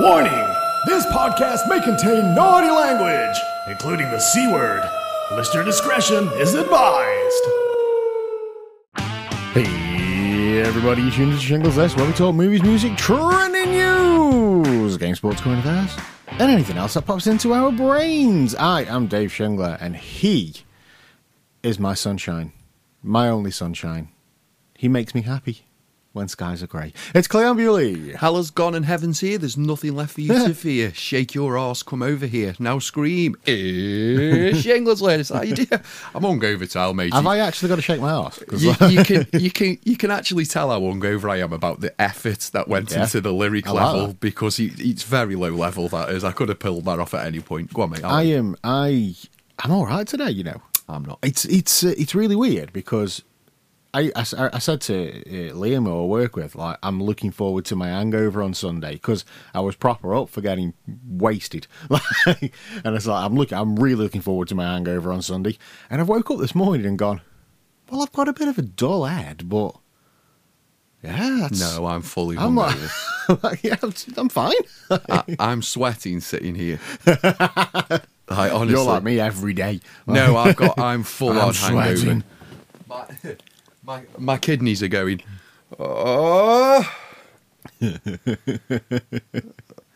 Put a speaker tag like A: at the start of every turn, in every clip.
A: Warning! This podcast may contain naughty language, including the C word. Listener discretion is advised. Hey, everybody, you tuned to Shingles X, where we talk movies, music, trending news, game, sports, current affairs, and anything else that pops into our brains. I am Dave Shingler, and he is my sunshine, my only sunshine. He makes me happy when skies are grey. It's Cleon Bewley.
B: Hell has gone and heaven's here. There's nothing left for you to fear. Shake your ass, come over here. Now scream. It's England's latest idea. I'm hungover, Tal, mate.
A: Have I actually got to shake my ass? 'Cause,
B: You,
A: like,
B: you can you can you can actually tell how hungover I am about the effort that went
A: Yeah.
B: into the lyric
A: I like
B: level
A: that.
B: because it, it's very low level. That is, I could have pulled that off at any point. Go on, mate.
A: I
B: I,
A: am. I. I'm all right today. You know.
B: I'm not.
A: It's it's uh, it's really weird because I I, s- I said to uh, Liam who I work with like I'm looking forward to my hangover on Sunday because I was proper up for getting wasted, like, and it's like I'm looking I'm really looking forward to my hangover on Sunday, and I woke up this morning and gone, well I've got a bit of a dull head, but yeah, that's,
B: No, I'm fully
A: I'm like,
B: hungover.
A: yeah, I'm, I'm fine.
B: I, I'm sweating sitting here. I honestly.
A: You're like me every day.
B: No, I've got. I'm full
A: I'm
B: on hangover.
A: sweating.
B: My, my my kidneys are going. Oh.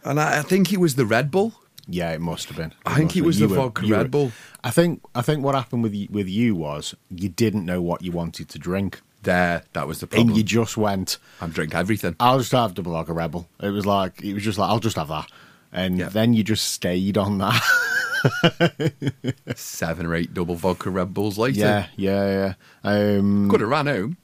B: and I, I think it was the Red Bull.
A: Yeah, it must have been.
B: I think
A: must
B: it
A: have
B: was
A: been.
B: the
A: You were-
B: vodka
A: you
B: Red
A: were-
B: Bull.
A: I think I think what happened with you, with you was you didn't know what you wanted to drink,
B: There, that was the
A: and
B: problem.
A: you just went,
B: I'm drinking everything.
A: "I'll just have double lager rebel." It was like it was just like I'll just have that, and
B: Yeah.
A: then you just stayed on that.
B: Seven or eight double vodka Red Bulls later.
A: yeah, yeah, yeah. Um,
B: Could have ran home.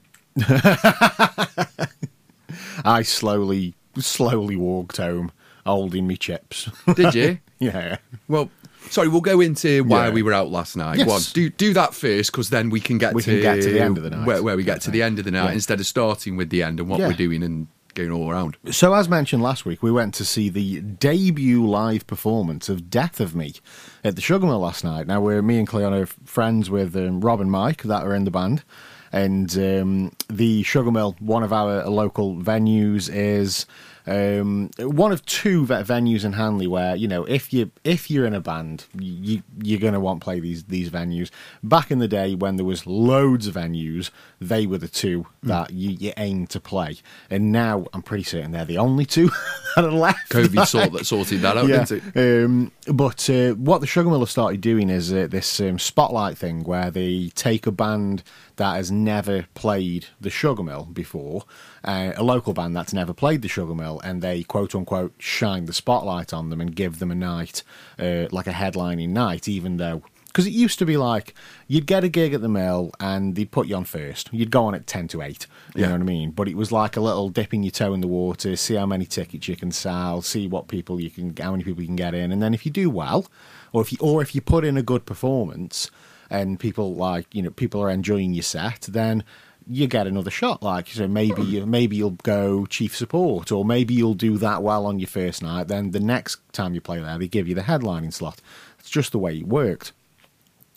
A: I slowly slowly walked home, holding me chips.
B: Did you?
A: yeah.
B: well, sorry. We'll go into why
A: Yeah.
B: we were out last night.
A: Yes.
B: Go on, do do that first, because then we can get
A: We
B: to
A: can get to the end of the night.
B: where, where we get to the end of the night
A: Yeah.
B: instead of starting with the end and what
A: Yeah.
B: we're doing and going all around.
A: So, as mentioned last week, we went to see the debut live performance of Death of Me at the Sugar Mill last night. Now, we're, me and Cleon are f- friends with um, Rob and Mike that are in the band. And um, the Sugar Mill, one of our local venues, is um, one of two ve- venues in Hanley where you know if you if you're in a band, you you're gonna want to play these these venues. Back in the day when there was loads of venues, they were the two that you, you aim to play. And now I'm pretty certain they're the only two that are left.
B: COVID sort that sorted that out,
A: Yeah.
B: didn't it?
A: Um, but uh, what the Sugar Mill have started doing is uh, this um, spotlight thing where they take a band that has never played the Sugar Mill before, uh, a local band that's never played the Sugar Mill, and they quote unquote shine the spotlight on them and give them a night, uh, like a headlining night, even though. Because it used to be like you'd get a gig at the mill and they'd put you on first. You'd go on at 10 to 8. You
B: Yeah.
A: know what I mean? But it was like a little dipping your toe in the water, see how many tickets you can sell, see what people you can, how many people you can get in, and then if you do well, or if you, or if you put in a good performance, and people like you know people are enjoying your set, then you get another shot. Like so, maybe you, maybe you'll go chief support, or maybe you'll do that well on your first night. Then the next time you play there, they give you the headlining slot. It's just the way it worked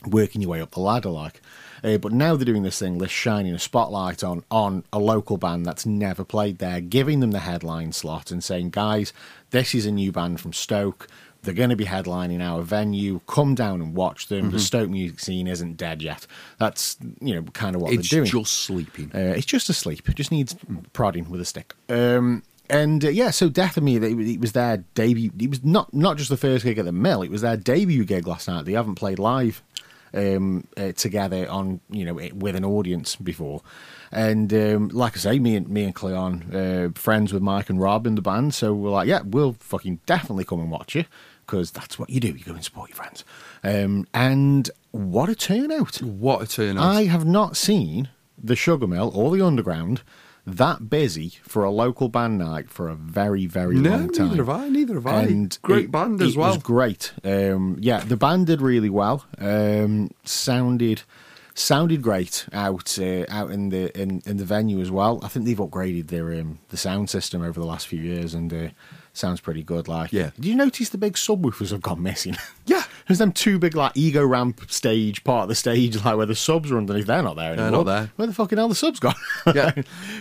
A: working your way up the ladder like. Uh, but now they're doing this thing, they're shining a spotlight on on a local band that's never played there, giving them the headline slot and saying, guys, this is a new band from Stoke. They're going to be headlining our venue. Come down and watch them. The Stoke music scene isn't dead yet. That's you know kind of what
B: It's
A: they're doing.
B: just sleeping.
A: Uh, it's just asleep. It just needs prodding with a stick. Um, and uh, yeah, so Death of Me, they, it was their debut. It was not not just the first gig at the Mill. It was their debut gig last night. They haven't played live um, uh, together on you know it, with an audience before. And um, like I say, me and me and Cleon, uh, friends with Mike and Rob in the band, so we're like, yeah, we'll fucking definitely come and watch you because that's what you do. You go and support your friends. Um, and what a turnout!
B: What a turn
A: I have not seen the Sugar Mill or the Underground that busy for a local band night for a very, very
B: No,
A: long time.
B: neither have I, neither have I. Great
A: it-
B: band as
A: it
B: well.
A: Was great. Um, yeah, the band did really well. Um, sounded sounded great out uh, out in the in, in the venue as well. I think they've upgraded their um, the sound system over the last few years and. Uh, Sounds pretty good. Like,
B: Yeah.
A: Did you notice the big subwoofers have gone missing?
B: Yeah.
A: There's them two big like ego ramp stage part of the stage like where the subs are underneath. They're not there
B: They're
A: anymore.
B: not there.
A: Where the fucking hell the subs gone?
B: Yeah.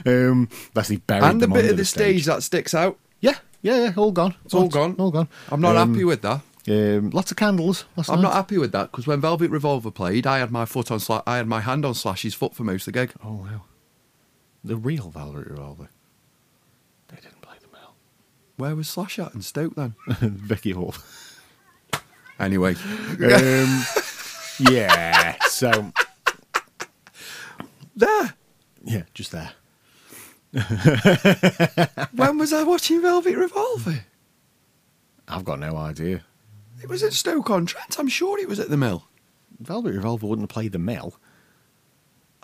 A: um, that's the buried
B: and the
A: them
B: bit
A: under
B: of the stage that sticks out.
A: Yeah, Yeah, yeah, all gone.
B: It's all gone.
A: All gone.
B: I'm not
A: Um,
B: happy with that.
A: Um, lots of candles. Last
B: I'm
A: night.
B: not happy with that because when Velvet Revolver played, I had my foot on, sla- I had my hand on Slash's foot for most of the gig.
A: Oh wow. The real Valerie Revolver. They didn't play the metal.
B: Where was Slash at in Stoke then?
A: Vicky Hall.
B: Anyway,
A: Um, yeah. So
B: there.
A: yeah, just there.
B: When was I watching Velvet Revolver?
A: I've got no idea.
B: It was at Stoke on Trent. I'm sure it was at the mill.
A: Velvet Revolver wouldn't play the mill.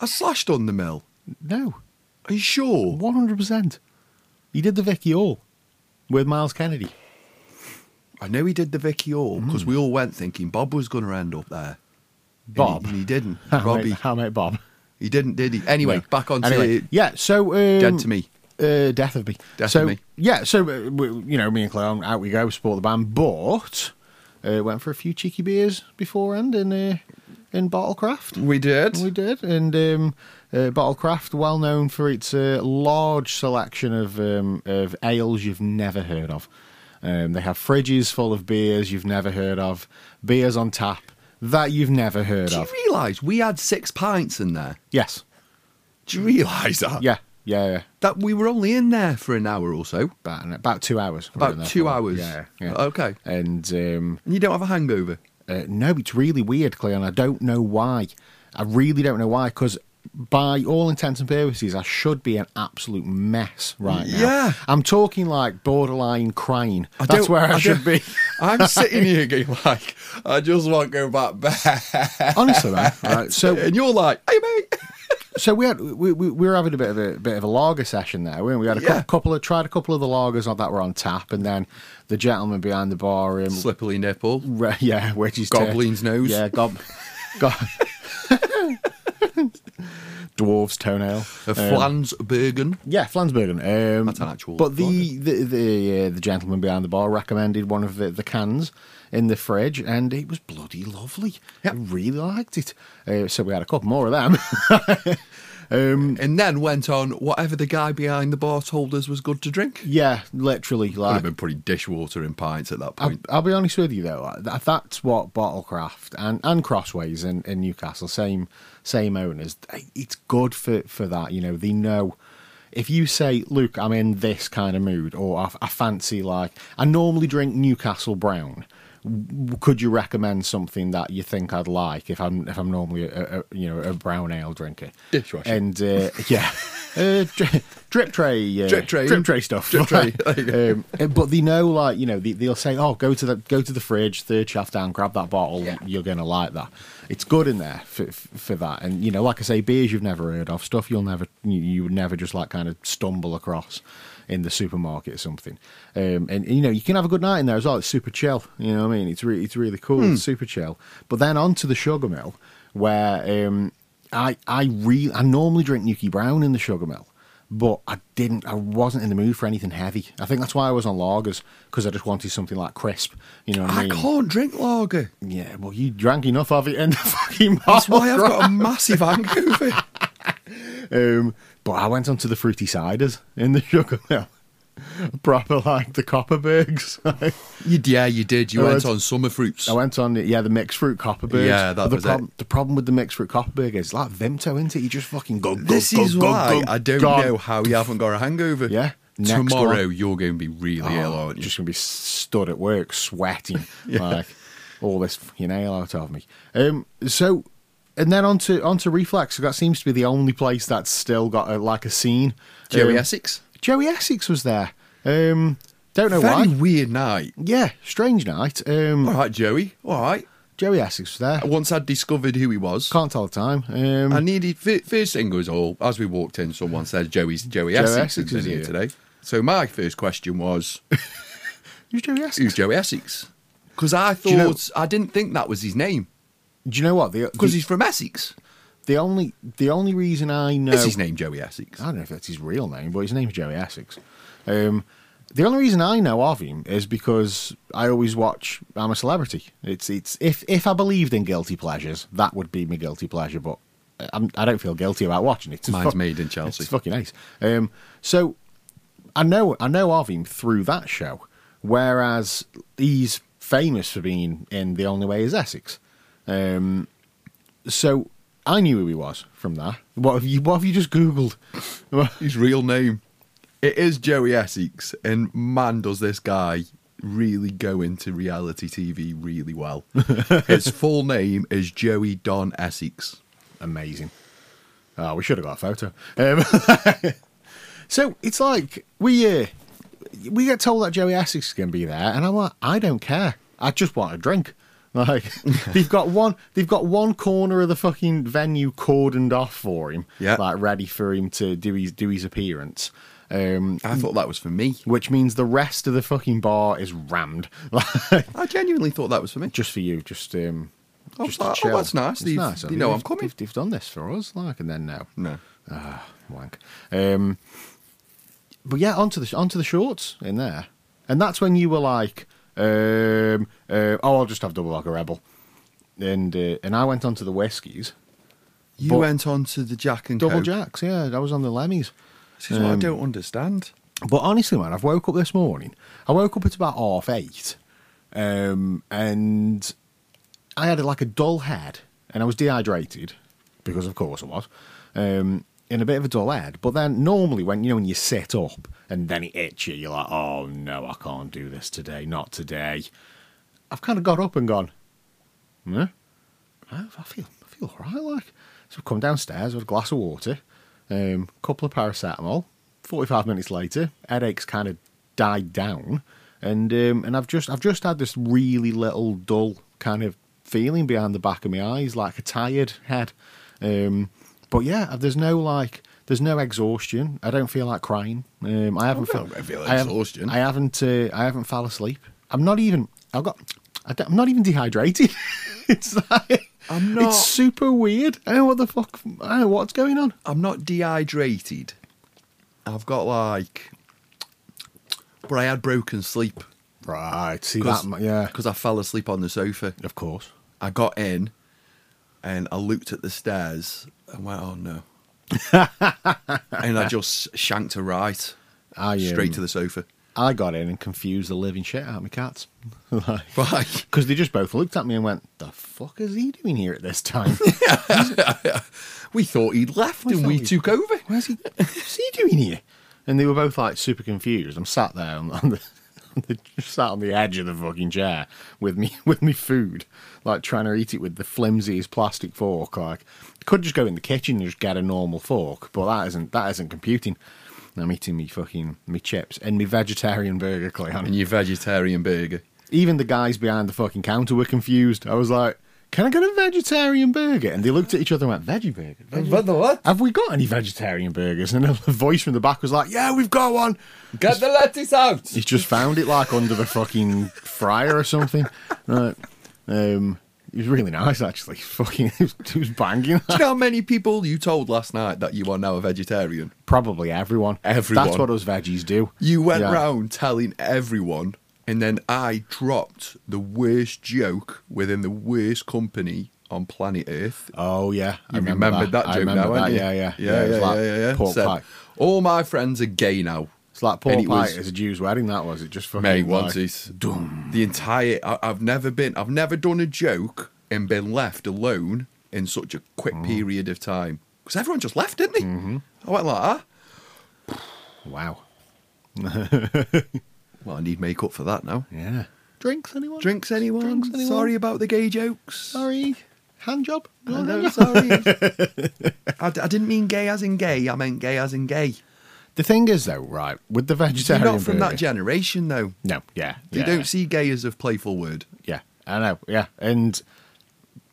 B: I slashed on the mill.
A: No,
B: Are you sure?
A: one hundred percent. He did the Vicky Hall with Miles Kennedy.
B: I know he did the Vicky All because
A: Hmm.
B: we all went thinking Bob was going to end up there. And he-
A: Bob?
B: and he, didn't.
A: How
B: Robbie,
A: met, how met Bob?
B: he didn't, did he? Anyway,
A: No.
B: back on
A: Anyway,
B: to
A: yeah. So um,
B: Dead to Me.
A: Uh, death of me.
B: Death
A: so,
B: of Me.
A: Yeah. So uh, we, you know, me and Claire, on, out we go. Support the band, but uh, went for a few cheeky beers beforehand in uh, in Bottlecraft.
B: We did.
A: We did, and um, uh, Bottlecraft, well known for its uh, large selection of um, of ales you've never heard of. Um, they have fridges full of beers you've never heard of, beers on tap that you've never heard
B: Do you
A: of.
B: realise we had six pints in there?
A: Yes,
B: Do you realise that?
A: yeah, yeah, yeah.
B: That we were only in there for an hour or so.
A: About, an- about two hours. we were in
B: About
A: there
B: two
A: for.
B: hours. Oh.
A: Yeah, yeah.
B: Okay.
A: And um,
B: And you don't have a hangover.
A: Uh, no, it's really weird, Cleon. I don't know why. I really don't know why, because by all intents and purposes, I should be an absolute mess right now.
B: Yeah.
A: I'm talking like borderline crying.
B: I
A: That's
B: don't-
A: where I,
B: I
A: should be.
B: I'm sitting here going like, I just want to go back there.
A: Honestly, man. Right, so,
B: and you're like, hey mate.
A: so we had we, we, we were having a bit of a bit of a lager session there. weren't We We had a cou-
B: Yeah.
A: couple of tried a couple of the lagers on that were on tap, and then the gentleman behind the bar um,
B: Slippery nipple.
A: Re- yeah, wedgie's
B: Goblin's
A: tail.
B: nose.
A: Yeah, gob, gob- dwarf's toenail.
B: A
A: Um,
B: Flansbergen.
A: yeah, Flansbergen. Um,
B: That's an actual
A: But the the the, uh, the gentleman behind the bar recommended one of the, the cans in the fridge, and it was bloody lovely.
B: Yeah.
A: I really liked it. Uh, so we had a couple more of them.
B: And then went on whatever the guy behind the bar told us was good to drink.
A: yeah, literally.
B: I'd
A: Like
B: have been putting dishwater in pints at that
A: I'll,
B: point.
A: I'll be honest with you though, like, that, that's what Bottlecraft and, and Crossways in, in Newcastle, same same owners. they- It's good for for that, you know. They know if you say, "Look, I'm in this kind of mood," or I, I fancy like I normally drink Newcastle Brown. W- Could you recommend something that you think I'd like if I'm if I'm normally a, a a- you know a brown ale drinker?
B: Dishwasher.
A: and uh, yeah, uh, dri- drip tray, uh,
B: Drip tray.
A: drip tray stuff,
B: Drip tray.
A: Like, um, uh, but they know, like you know, they, they'll say, "Oh, go to the go to the fridge, third shaft down, grab that bottle.
B: Yeah.
A: You're going to like that. It's good in there for, for that." And you know, like I say, beers you've never heard of, stuff you'll never you, you would never just like kind of stumble across in the supermarket or something. Um, and, and, you know, you can have a good night in there as well. It's super chill. You know what I mean? It's really it's really cool. It's super chill. But then on to the sugar mill, where um, I I really I normally drink Nuki Brown in the sugar mill but I didn't. I wasn't in the mood for anything heavy. I think that's why I was on lagers because I just wanted something like crisp. You know what I
B: I
A: mean?
B: can't drink lager.
A: Yeah. Well, you drank enough of it in the fucking
B: That's why I've
A: bottle.
B: got a massive hangover.
A: Um, but I went onto the fruity ciders in the sugar mill. Proper like the Copperbergs.
B: you, yeah, you did. You
A: I
B: went
A: went-
B: on summer fruits.
A: I went on, the, yeah, the mixed fruit Copperbergs.
B: Yeah, that
A: But the
B: was it.
A: problem, The problem with the mixed fruit Copperberg is like Vimto, isn't it? You just fucking go, go,
B: this
A: go,
B: is
A: go,
B: why
A: go,
B: I don't
A: gone.
B: know how you haven't got a hangover.
A: Yeah, next one.
B: Tomorrow you're going to be really ill,
A: Oh,
B: aren't you?
A: Just gonna be stood at work sweating like all this fucking ale out of me. Um, so, and then onto onto Reflex. So that seems to be the only place that's still got a, like a scene.
B: Joey
A: Um,
B: Essex.
A: Joey Essex was there. Um, don't know
B: Very Oh.
A: why.
B: weird night.
A: Yeah, strange night. Um,
B: All right, Joey. All right.
A: Joey Essex was there.
B: Once I'd discovered who he was,
A: Can't tell the time. Um,
B: I needed fi- first thing was all as we walked in. Someone said Joey's Joey Essex,
A: Essex
B: is in
A: is
B: here
A: here.
B: today. So my first question was,
A: who's Joey Essex?
B: who's Joey Essex? Because I thought
A: you know-
B: I didn't think that was his name
A: Do you know what? The,
B: because
A: the,
B: he's from Essex.
A: the only the only reason I know
B: Is his name Joey Essex?
A: I don't know if that's his real name, but his name's Joey Essex. Um, the only reason I know of him is because I always watch I'm a Celebrity. It's it's if if I believed in guilty pleasures, that would be my guilty pleasure. But I'm, I don't feel guilty about watching it. It's
B: Mine's made in Chelsea.
A: It's fucking nice. Um, so I know I know of him through that show, whereas he's famous for being in The Only Way Is Essex. Um, so I knew who he was from that. What have you? What have you just googled?
B: His real name. It is Joey Essex, and man, does this guy really go into reality TV really well. His full name is Joey Don Essex.
A: Amazing. Oh, we should have got a photo. Um, so it's like we uh, we get told that Joey Essex is going to be there, and I'm like, I don't care. I just want a drink. Like they've got one, they've got one corner of the fucking venue cordoned off for him,
B: Yeah.
A: like ready for him to do his do his appearance. Um,
B: I thought that was for me.
A: which means the rest of the fucking bar is rammed, like
B: I genuinely thought that was for me.
A: just for you, just um,
B: Oh,
A: just to
B: oh, oh,
A: chill.
B: that's nice.
A: It's
B: They've-
A: nice. I
B: they
A: mean,
B: know I'm
A: they've-
B: coming.
A: They've, they've done this for us, like, and then now,
B: No.
A: Ah, wank. Um, but yeah, onto the onto the shorts in there, and that's when you were like, um, uh, "Oh, I'll just have double lager rebel," and uh, and I went onto the whiskies,
B: You
A: But-
B: went on to the Jack and
A: double
B: Coke.
A: jacks. Yeah, I was on the lemmies.
B: This is what I don't understand.
A: But honestly, man, I've woke up this morning. I woke up at about half eight, um, and I had like a dull head, and I was dehydrated because, of course, I was, um, and a bit of a dull head. But then, normally, when you know when you sit up and then it hits you, you're like, "Oh no, I can't do this today. Not today." I've kind of got up and gone. Yeah, I, I feel I feel all right. Like so, I've come downstairs with a glass of water, a um, couple of paracetamol. Forty five minutes later, headaches kind of died down, and um, and I've just I've just had this really little dull kind of feeling behind the back of my eyes, like a tired head. Um, but yeah, there's no like. There's no exhaustion. I don't feel like crying. Um, I haven't.
B: I don't feel
A: haven't-
B: exhaustion.
A: I haven't. Uh, I haven't fell asleep. I'm not even. I've got. I don't, I'm not even dehydrated. it's like
B: I'm not-
A: It's super weird. I don't know what the fuck. I don't know what's going on.
B: I'm not dehydrated. I've got like, but I had broken sleep
A: Right. See
B: Cause-
A: that? mu- Yeah.
B: because I fell asleep on the sofa.
A: Of course.
B: I got in, and I looked at the stairs and went, "Oh no!" and I just shanked a right
A: I um,
B: straight to the sofa.
A: I got in and confused the living shit out of my cats. like.
B: Right.
A: Because they just both looked at me and went, "The fuck is he doing here at this time?
B: we thought he'd left,
A: We
B: and we
A: thought he'd-
B: took over.
A: Where's he? What's he doing here?" And they were both like super confused. I'm sat there on, on the, on the just sat on the edge of the fucking chair with me with me food, like trying to eat it with the flimsiest plastic fork. Like could just go in the kitchen and just get a normal fork, but that isn't that isn't computing. I'm eating me fucking me chips and me vegetarian burger, Clay. honey.
B: And your vegetarian burger.
A: Even the guys behind the fucking counter were confused. I was like, "Can I get a vegetarian burger?" And they looked at each other and went, "Veggie burger." veggie
B: But the what?
A: have we got any vegetarian burgers? And then the voice from the back was like, yeah, we've got one.
B: Get the lettuce out.
A: He just found it like under the fucking fryer or something. Right. Um, it was really nice, actually. Fucking, it was, it was banging.
B: Do you know how many people you told last night that you are now a vegetarian?
A: Probably everyone.
B: Everyone.
A: That's what us veggies do.
B: You went
A: Yeah.
B: round telling everyone, and then I dropped the worst joke within the worst company on planet Earth.
A: Oh, yeah. I
B: You remembered that,
A: I
B: joke
A: remember
B: now,
A: that.
B: haven't you?
A: Yeah, yeah.
B: yeah,
A: it was
B: yeah,
A: like
B: yeah, yeah.
A: Pork
B: Said,
A: pie.
B: All my friends are gay now.
A: It's like pork
B: And it
A: pie
B: was-
A: It's a Jew's wedding, that was. It just fucking.
B: Mate,
A: like,
B: once it's the entire, I, I've never been, I've never done a joke and been left alone in such a quick
A: Mm.
B: period of time because everyone just left, didn't they?
A: Mm-hmm.
B: I went like, ah,
A: Wow.
B: well, I need make up for that now.
A: Yeah. Drinks, anyone?
B: Drinks, anyone?
A: Drinks, anyone?
B: Sorry about the gay jokes.
A: Sorry. Hand job?
B: I know, sorry. I, d- I didn't mean gay as in gay. I meant gay as in gay.
A: The thing is, though, right, with the
B: You're
A: vegetarian
B: not from
A: burger,
B: that generation, though.
A: No, yeah,
B: You
A: yeah,
B: don't see gay as a playful word.
A: Yeah, I know. Yeah, and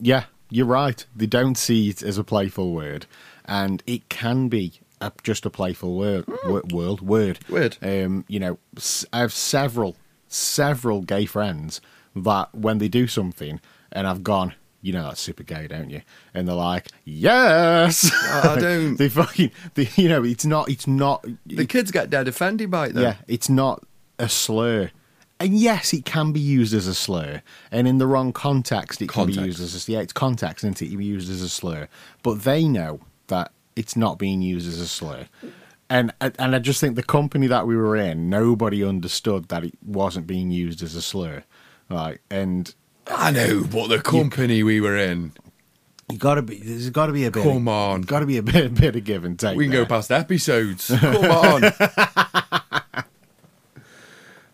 A: yeah, you're right. They don't see it as a playful word, and it can be a, just a playful word. wo- world word.
B: Hmm. Word.
A: Um, you know, s- I have several, several gay friends that when they do something, and I've gone. You know that's super gay, don't you? And they're like, "Yes."
B: I I don't.
A: they fucking, they, you know, it's not, it's not,
B: the kids get dead offended by it, though.
A: yeah, it's not a slur. And yes, it can be used as a slur. And in the wrong context, it can be
B: Context.
A: used as a yeah, it's context, isn't it? It can be used as a slur. But they know that it's not being used as a slur. And and I just think the company that we were in, nobody understood that it wasn't being used as a slur, right? And
B: I know, but the company we were in.
A: you got to be there's got to be a bit.
B: Come on.
A: got to be a bit, bit of give and take.
B: We can go
A: there.
B: past episodes. Come on.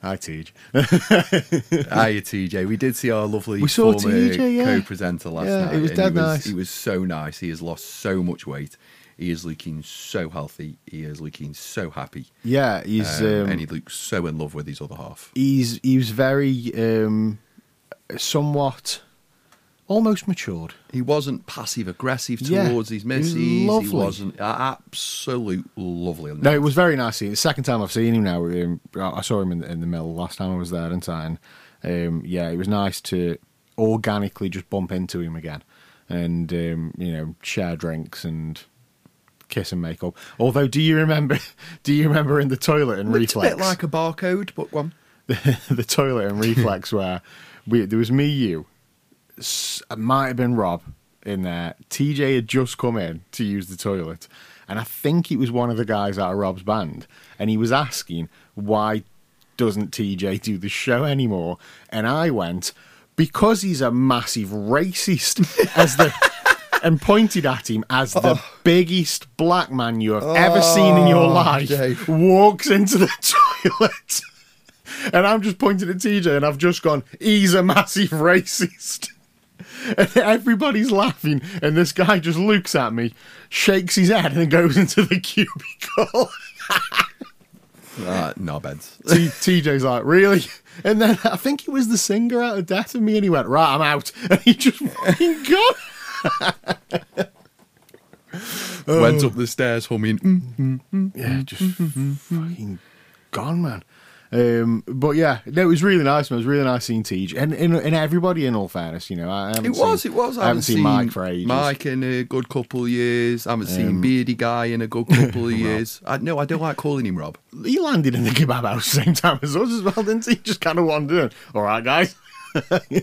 A: I teach.
B: Hiya, TJ. We did see our lovely
A: We saw
B: former
A: TJ, yeah.
B: co-presenter last
A: Yeah,
B: night.
A: he was
B: and
A: dead
B: he was,
A: nice.
B: He was so nice. He has lost so much weight. He is looking so healthy. He is looking so happy.
A: Yeah, he's
B: Um,
A: um,
B: and he looks so in love with his other half.
A: he's he was very um, somewhat almost matured.
B: He wasn't passive aggressive
A: Yeah,
B: towards his
A: he was
B: missus.
A: lovely.
B: He wasn't a- absolute lovely.
A: No, it was very nice. seeing- It's the second time I've seen him now. Um, I I saw him in, in the mill last time I was there, didn't I? And um, yeah, it was nice to organically just bump into him again, and um, you know, share drinks and kiss and make up. Although, do you remember? Do you remember in the toilet and
B: It's a
A: reflex?
B: bit like a barcode, but one.
A: the toilet and reflex where we there was me, you, s- it might have been Rob in there. TJ had just come in to use the toilet, and I think it was one of the guys out of Rob's band, and he was asking why doesn't TJ do the show anymore, and I went because he's a massive racist as the. And pointed at him as the biggest black man you have ever seen in your
B: Oh,
A: life
B: Dave.
A: walks into the toilet. And I'm just pointing at TJ and I've just gone, he's a massive racist. And everybody's laughing, and this guy just looks at me, shakes his head, and goes into the cubicle.
B: Uh, no beds.
A: T- TJ's like, really? And then I think it was the singer out of Death of Me, and he went, right, I'm out. And he just fucking gone. Oh.
B: Went up the stairs humming. Mm.
A: Yeah, just fucking gone, man. Um, but yeah, no, it was really nice, man. It was really nice seeing TJ and, and, and everybody. In all fairness, you know, I haven't
B: It was,
A: seen-
B: it was.
A: I haven't seen, Mike for ages. Um,
B: Mike in a good couple of years. I haven't seen Beardy Guy in a good couple of years. I, no, I don't like calling him Rob.
A: he landed in the kebab house same time as us as well, didn't he? Just kind of wandered in. All right, guys.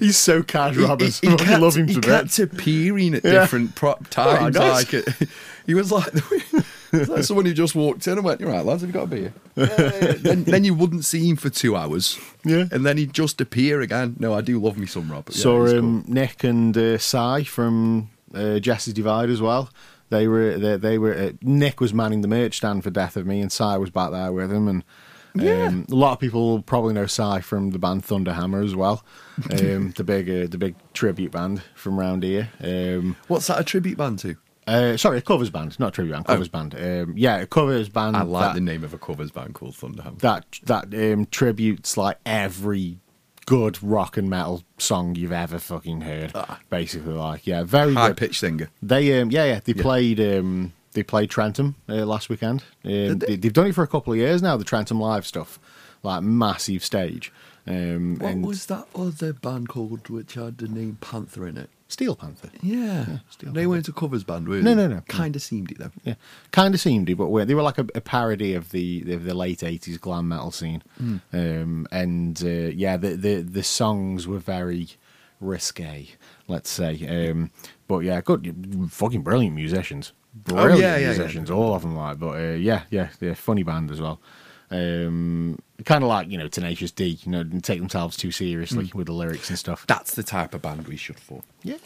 A: He's so casual. Roberts. I fucking
B: kept-
A: love him
B: he
A: to
B: kept
A: bits.
B: appearing at
A: Yeah.
B: different prop times.
A: guys.
B: like it, he was like, it's like someone who just walked in and went, "You're right, lads. Have you got a beer?" then, then you wouldn't see him for two hours.
A: Yeah.
B: and then he'd just appear again. No, I do love me some Rob. Yeah,
A: Saw
B: he's cool.
A: um, Nick and uh, Cy from uh, Jess's Divide as well. They were they, they were uh, Nick was manning the merch stand for Death of Me, and Cy was back there with him. And um, a lot of people probably know Cy from the band Thunderhammer as well, um, the big uh, the big tribute band from round here. Um,
B: What's that a tribute band to?
A: Uh, sorry, a covers band, not a tribute band, covers band. Um, yeah, a covers band.
B: Oh. I like
A: that,
B: the name of a covers band called Thunderham.
A: that that um, tributes like every good rock and metal song you've ever fucking heard. Basically, like yeah, very
B: Ah. High
A: good.
B: pitched singer.
A: They um, yeah yeah they played um, they played Trentham uh, last weekend. Um,
B: they?
A: they? have done it for a couple of years now. The Trentham live stuff, like massive stage. Um,
B: What
A: and
B: was that other band called which had the name Panther in it?
A: Steel Panther.
B: Yeah. they weren't a covers band, were they?
A: No, no, no.
B: Kind of seemed it, though.
A: Yeah, kind of seemed it, but weren't. they were like a, a parody of the of the late eighties glam metal scene.
B: Hmm.
A: Um, and uh, yeah, the, the the songs were very risque, let's say. Um, but yeah, good, fucking brilliant musicians, brilliant
B: Oh, yeah, yeah, yeah.
A: musicians, all of them. Like, but uh, yeah, yeah, they're a funny band as well. Um, kind of like you know Tenacious D, you know, didn't take themselves too seriously
B: Hmm.
A: with the lyrics and stuff.
B: That's the type of band we should form.
A: yeah,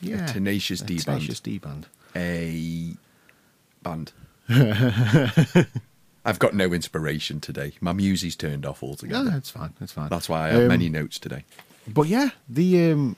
A: yeah,
B: Tenacious D
A: a
B: band.
A: Tenacious D band.
B: A band. I've got no inspiration today. My music's turned off
A: No,
B: altogether.
A: that's fine. That's fine.
B: That's why I have
A: Um,
B: many notes today.
A: But yeah, the um,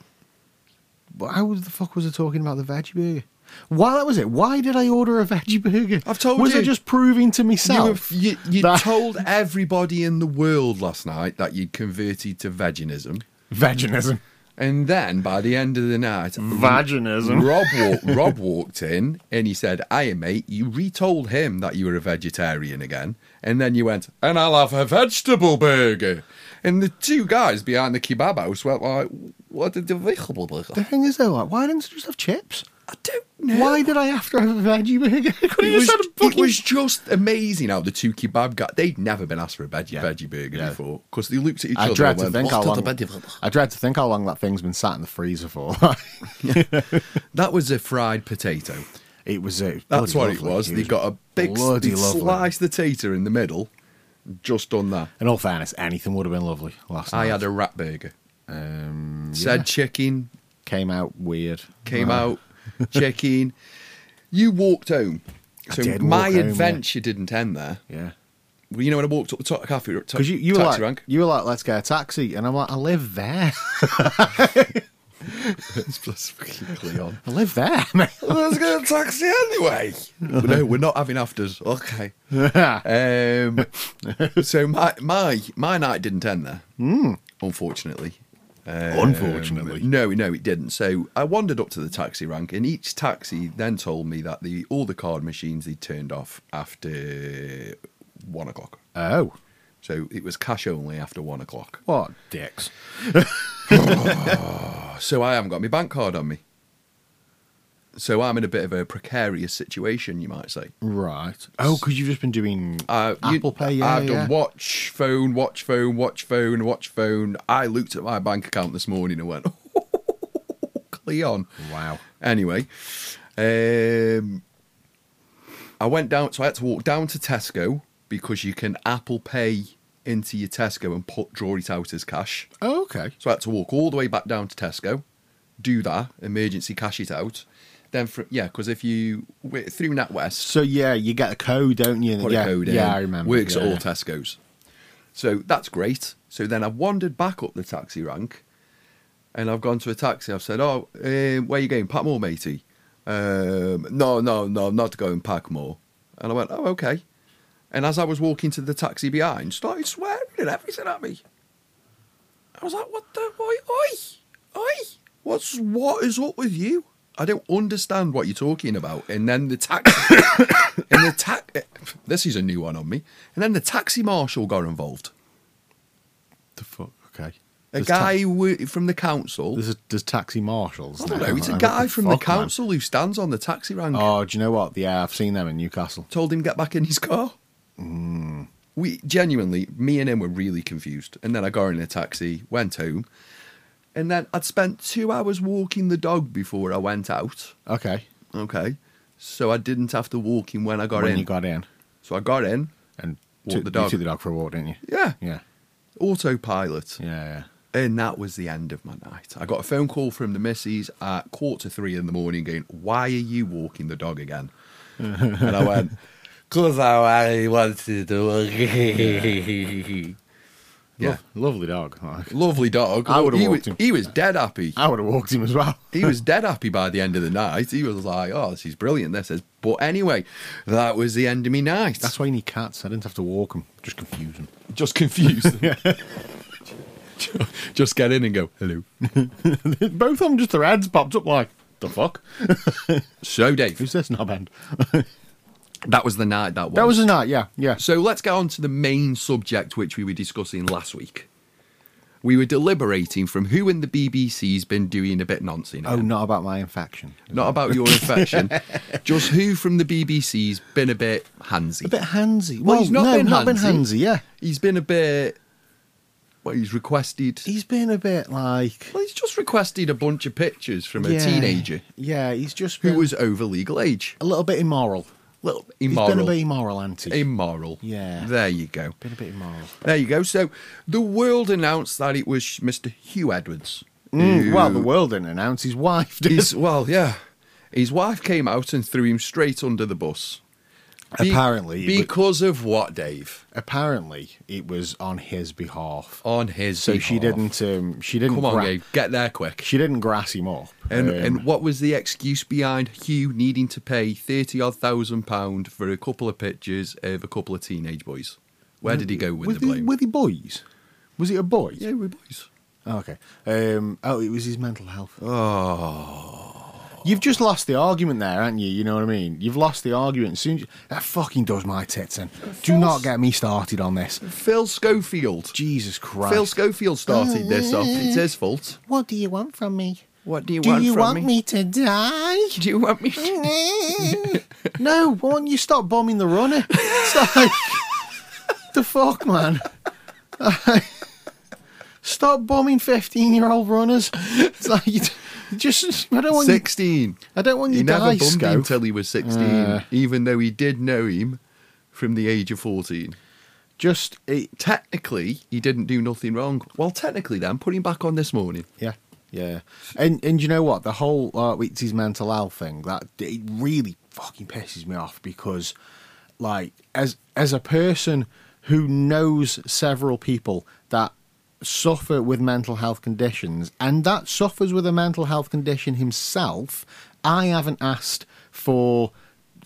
A: but how the fuck was I talking about the veggie burger? Why that was it? Why did I order a veggie burger?
B: I've told
A: was
B: you.
A: I just proving to
B: You,
A: myself?
B: have- you, you
A: that-
B: told everybody in the world last night that you'd converted to veganism.
A: Vaginism.
B: And then by the end of the night,
A: Vaginism.
B: Rob, wa- Rob walked in and he said, "Hey, mate, you retold him that you were a vegetarian again, and then you went, and I'll have a vegetable burger." And the two guys behind the kebab house went like, "What a vegetable burger?"
A: The thing is, though, like, why didn't I just have chips?
B: I don't know.
A: Why did I have to have a veggie burger? I could
B: It
A: have
B: was,
A: just had a
B: it
A: fucking.
B: was just amazing how the two kebab guys, they'd never been asked for a veggie,
A: Yeah.
B: veggie burger
A: Yeah.
B: before because they looked at each
A: I
B: other
A: dread to
B: and
A: think
B: went,
A: how
B: "What a
A: long.
B: vegetable?"
A: I dread to think how long that thing's been sat in the freezer for.
B: That was a fried potato.
A: It was a
B: That's
A: bloody
B: what
A: lovely.
B: it was. They got a big
A: bloody
B: they
A: lovely.
B: sliced the tater in the middle. Just done that.
A: In all fairness, anything would have been lovely last night.
B: I had a rat burger.
A: um, yeah.
B: Said chicken
A: came out weird.
B: came
A: Uh,
B: out. Chicken. You walked home.
A: I
B: So
A: did walk
B: my
A: home, yeah.
B: adventure didn't end there.
A: Yeah.
B: Well, You know when I walked up the top cafe, top,
A: Because you, you were
B: taxi
A: like,
B: rank.
A: you were like, let's get a taxi, and I'm like, I live there.
B: It's plus fucking Cleon.
A: I live there. mate.
B: Let's get a taxi anyway. no, we're not having afters. Okay. Um, so my my my night didn't end there,
A: Hmm.
B: unfortunately. Um,
A: Unfortunately.
B: no, no, it didn't. So I wandered up to the taxi rank, and each taxi then told me that the all the card machines they turned off after one o'clock.
A: oh,
B: So it was cash only after one o'clock.
A: what dicks?
B: So I haven't got my bank card on me. So I'm in a bit of a precarious situation, you might say.
A: Right. Oh, because you've just been doing
B: Uh, you-
A: Apple Pay. Yeah,
B: I've
A: yeah.
B: done watch phone, watch phone, watch phone, watch phone. I looked at my bank account this morning and went, "Oh, Cleon.
A: Wow.
B: Anyway, um, I went down, so I had to walk down to Tesco because you can Apple Pay into your Tesco and put draw it out as cash.
A: Oh, okay.
B: So I had to walk all the way back down to Tesco, do that, emergency cash it out. Then, for, yeah, because if you wi- through NatWest,
A: So yeah, you get a code, don't you?
B: put
A: yeah,
B: a code
A: yeah,
B: in,
A: I remember.
B: works at
A: yeah.
B: all Tesco's. So that's great. So then I wandered back up the taxi rank and I've gone to a taxi. I've said, Oh, um, where you going? Packmore, matey. Um, no, no, no, I'm not going Packmore. And I went, Oh, okay. And as I was walking to the taxi behind, started swearing and everything at me. I was like, what the, oi, oi, oi, what's, what is up with you? I don't understand what you're talking about. And then the taxi, and the ta- this is a new one on me. And then the taxi marshal got involved.
A: The fuck. Okay.
B: A
A: There's
B: guy
A: Ta-
B: wi- from the council.
A: there's, a, there's taxi marshals.
B: I don't
A: now.
B: know, it's a
A: What
B: guy from the
A: fuck, man?
B: council who stands on the taxi rank.
A: Oh, do you know what? Yeah, I've seen them in Newcastle.
B: told him get back in his car.
A: Hmm.
B: We genuinely, me and him were really confused. And then I got in a taxi, went home, and then I'd spent two hours walking the dog before I went out.
A: Okay.
B: Okay, so I didn't have to walk him when I got
A: when
B: in.
A: you got in
B: so I got in,
A: and
B: Walked
A: took
B: the dog.
A: You took the dog for a walk, didn't you?
B: yeah,
A: Yeah.
B: autopilot,
A: Yeah. yeah.
B: and that was the end of my night. I got a phone call from the missus at quarter to three in the morning, going, "Why are you walking the dog again?" and I went.
C: Because I wanted to.
B: Yeah.
A: Lo- lovely dog. like.
B: Lovely dog.
A: I would've
B: he
A: walked
B: was,
A: him.
B: He was dead happy.
A: I would have walked him as well.
B: He was dead happy by the end of the night. He was like, "Oh, this is brilliant." This is. But anyway, that was the end of me night.
A: That's why you need cats. I didn't have to walk them. Just confuse them.
B: just confused. just get in and go hello.
A: Both of them, just their heads popped up like, the fuck?
B: So, Dave,
A: Who's this knobhead?
B: that was the night. That was.
A: that was a night, yeah, yeah.
B: So let's get on to the main subject which we were discussing last week. We were deliberating from who in the BBC's been doing a bit nonsense.
A: Oh, not about my infection.
B: Not about your infection, just who from the BBC's been a bit handsy.
A: A bit handsy.
B: Well,
A: Well,
B: he's not
A: no,
B: been
A: not been
B: handsy.
A: handsy, yeah.
B: He's been a bit. Well, he's requested.
A: He's been a bit like.
B: well, he's just requested a bunch of pictures from a
A: yeah.
B: teenager
A: Yeah, he's just
B: who
A: been
B: was over legal age.
A: a little bit immoral.
B: Little
A: He's been
B: immoral.
A: a bit immoral, anti.
B: immoral.
A: Yeah.
B: There you go.
A: been a bit immoral.
B: There you go. So the world announced that it was Mr. Hugh Edwards. who-
A: Mm, Well, the world didn't announce his wife did.
B: his- well, yeah. His wife came out and threw him straight under the bus. Be-
A: Apparently, but-
B: because of what, Dave?
A: Apparently, it was on his behalf.
B: On his.
A: so she
B: behalf.
A: didn't. Um, she didn't.
B: Come on,
A: gra-
B: Gabe. Get there quick.
A: She didn't grass him up.
B: And
A: Um,
B: and what was the excuse behind Hugh needing to pay thirty odd thousand pound for a couple of pictures of a couple of teenage boys? Where did he go with
A: was
B: the
A: he-
B: blame?
A: were they boys? Was it a boy?
B: yeah, with boys.
A: Oh, okay. Um, oh, it was his mental health.
B: Oh,
A: You've just lost the argument there, haven't you? You know what I mean? You've lost the argument. As soon as- that fucking does my tits in. Do not get me started on this.
B: Phil Schofield.
A: Jesus Christ.
B: Phil Schofield started this off. It's his fault.
A: what do you want from me?
B: What do you
A: Do
B: want
A: you
B: from
A: want
B: me?
A: me to die?
B: Do you want me? To...
A: no, why don't you stop bombing the runner? It's like, the fuck, man. stop bombing 15 year old runners. It's like, you, Just I don't want you-
B: Sixteen.
A: I don't want you
B: He
A: to
B: never
A: die,
B: bummed him
A: Scope.
B: till he was sixteen,
A: Uh.
B: even though he did know him from the age of fourteen.
A: Just
B: It, technically, he didn't do nothing wrong. Well, technically, then put him back on this morning.
A: yeah, yeah. And and you know what? The whole uh, it's his mental health thing that it really fucking pisses me off because, like, as as a person who knows several people that suffer with mental health conditions and that suffers with a mental health condition himself, I haven't asked for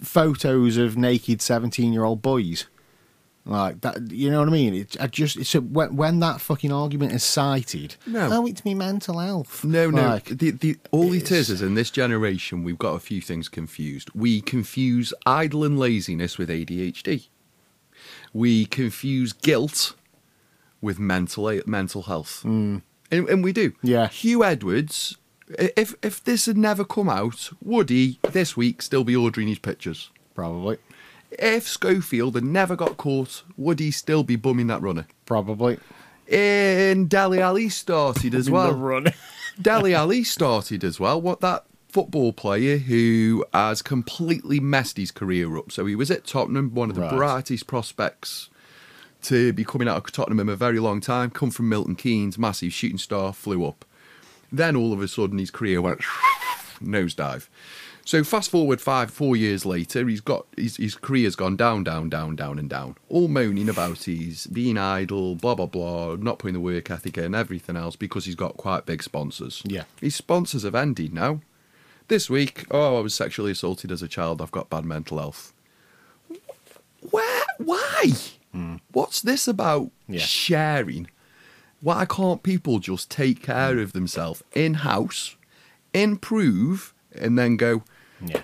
A: photos of naked seventeen-year-old boys. Like that, you know what I mean? It's I just it's a, when, when that fucking argument is cited.
B: No.
A: oh, it's me mental health.
B: No, no.
A: Like,
B: the, the, all it
A: it's-
B: is is in this generation, we've got a few things confused. We confuse idle and laziness with ADHD. We confuse guilt with mental mental health, and, and we do.
A: Hmm. Yeah.
B: Hugh Edwards. i- If if this had never come out, would he this week still be ordering his pictures?
A: probably,
B: If Schofield had never got caught, would he still be bumming that runner?
A: probably.
B: And Dali Ali started as well.
A: run.
B: Deli Ali started as well. What that football player who has completely messed his career up. So he was at Tottenham, one of the
A: Right.
B: brightest prospects to be coming out of Tottenham in a very long time. Come from Milton Keynes, massive shooting star, flew up. Then all of a sudden his career went nosedive. So fast forward five, four years later, he's got his, his career's gone down, down, down, down, and down. All moaning about he's being idle, blah blah blah, not putting the work ethic in, and everything else because he's got quite big sponsors.
A: Yeah.
B: his sponsors have ended now. This week, oh, I was sexually assaulted as a child. I've got bad mental health. Where? Why? What's this about
A: Hmm. Yeah.
B: sharing? Why can't people just take care of themselves in house, improve, and then go?
A: Yeah.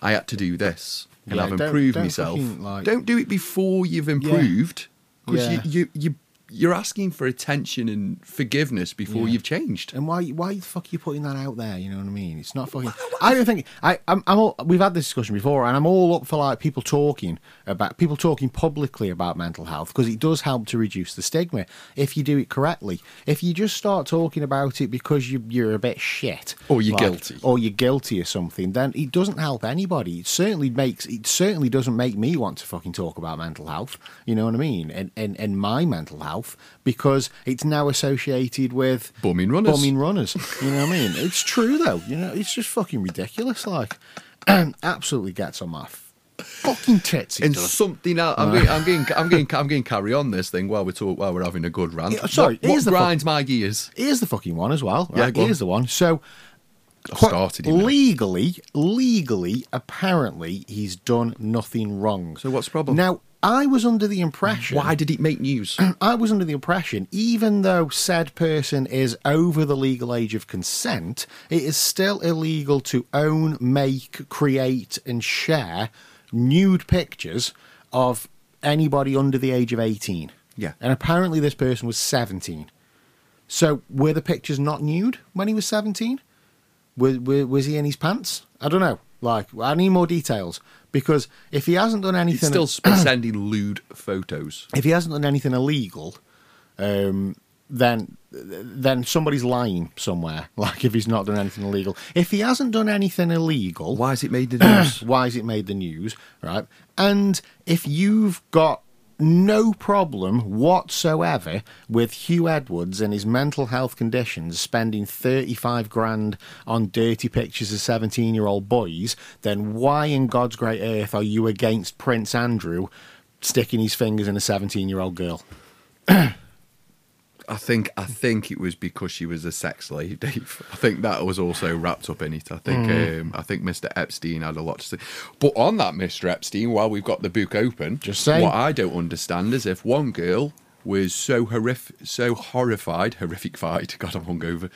B: I had to do this and
A: Yeah,
B: I've
A: don't-
B: improved
A: don't
B: myself.
A: fucking, like-
B: Don't do it before you've improved because
A: Yeah.
B: you, you you you're asking for attention and forgiveness before
A: Yeah.
B: you've changed.
A: And why why the fuck are you putting that out there? You know what I mean? It's not fucking. I don't think I I'm, I'm all, we've had this discussion before, and I'm all up for like people talking about people talking publicly about mental health because it does help to reduce the stigma if you do it correctly. If you just start talking about it because you you're a bit shit
B: Or you're guilty.
A: or you're guilty or something, then it doesn't help anybody. It certainly makes it certainly doesn't make me want to fucking talk about mental health. You know what I mean? And and, and my mental health because it's now associated with
B: Bumming runners.
A: Bumming runners. You know what I mean? It's true though. You know, it's just fucking ridiculous. Like, absolutely gets on my f- fucking tits. It
B: and
A: does.
B: something else. I'm, getting, I'm getting, I'm getting, I'm getting carry on this thing while we're talk, while we're having a good rant.
A: Yeah, sorry,
B: what,
A: here's
B: what
A: the fu-
B: grinds my gears?
A: Here's the fucking one as well.
B: Yeah,
A: Right?
B: go on.
A: Here's the one. So
B: I've
A: Quite
B: started him now.
A: legally, legally, apparently he's done nothing wrong.
B: So what's the problem?
A: Now I was under the impression.
B: Why did it make news?
A: I was under the impression, even though said person is over the legal age of consent, it is still illegal to own, make, create, and share nude pictures of anybody under the age of 18.
B: Yeah.
A: And apparently this person was 17. So were the pictures not nude when he was 17? Was, was, was he in his pants? I don't know. Like, I need more details because if he hasn't done
B: It's
A: anything.
B: still sp- sending lewd photos.
A: if he hasn't done anything illegal, um, then then somebody's lying somewhere. Like if he's not done anything illegal, if he hasn't done anything illegal,
B: Why has it made the news?
A: why has it made the news, right? And if you've got no problem whatsoever with Hugh Edwards and his mental health conditions spending 35 grand on dirty pictures of 17 year old boys, then why in God's great earth are you against Prince Andrew sticking his fingers in a 17 year old girl?
B: I think I think it was because she was a sex slave, Dave. I think that was also wrapped up in it. I think um, I think Mr. Epstein had a lot to say. But on that, Mr. Epstein, while we've got the book open,
A: Just saying.
B: what I don't understand is if one girl was so horrific, so horrified, horrificfied. God, I'm hungover.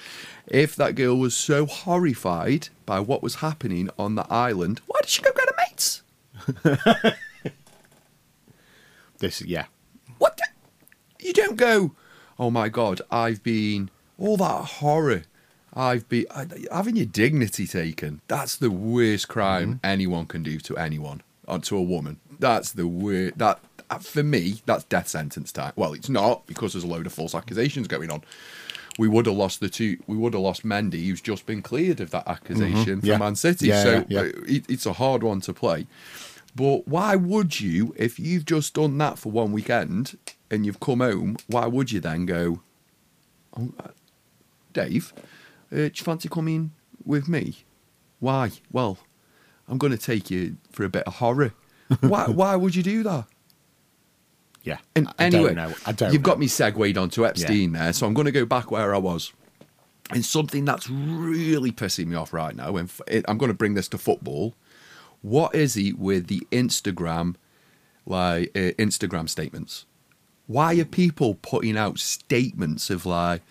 B: If that girl was so horrified by what was happening on the island, why did she go get her mates?
A: This, yeah.
B: What? The? You don't go. Oh my God! I've been all that horror. I've been I, having your dignity taken. That's
A: Mm-hmm.
B: uh, the worst crime anyone can do to anyone, or to a woman. That's the worst. That uh, for me, that's death sentence time. Well, it's not because there's a load of false accusations going on. We would have lost the two. We would have lost Mendy, who's just been cleared of that accusation
A: Mm-hmm.
B: for
A: yeah.
B: Man City.
A: Yeah,
B: so
A: yeah, yeah.
B: uh, It, it's a hard one to play. But why would you, if you've just done that for one weekend and you've come home, why would you then go, oh, uh, Dave, uh, do you fancy coming with me? Why? Well, I'm going to take you for a bit of horror. why? Why would you do that?
A: Yeah.
B: And
A: I- I
B: anyway,
A: don't know. I don't
B: you've got
A: know.
B: me segued onto Epstein there, so I'm going to go back where I was. And something that's really pissing me off right now, and f- it, I'm going to bring this to football. What is it with the Instagram, like uh, Instagram statements? Why are people putting out statements of like,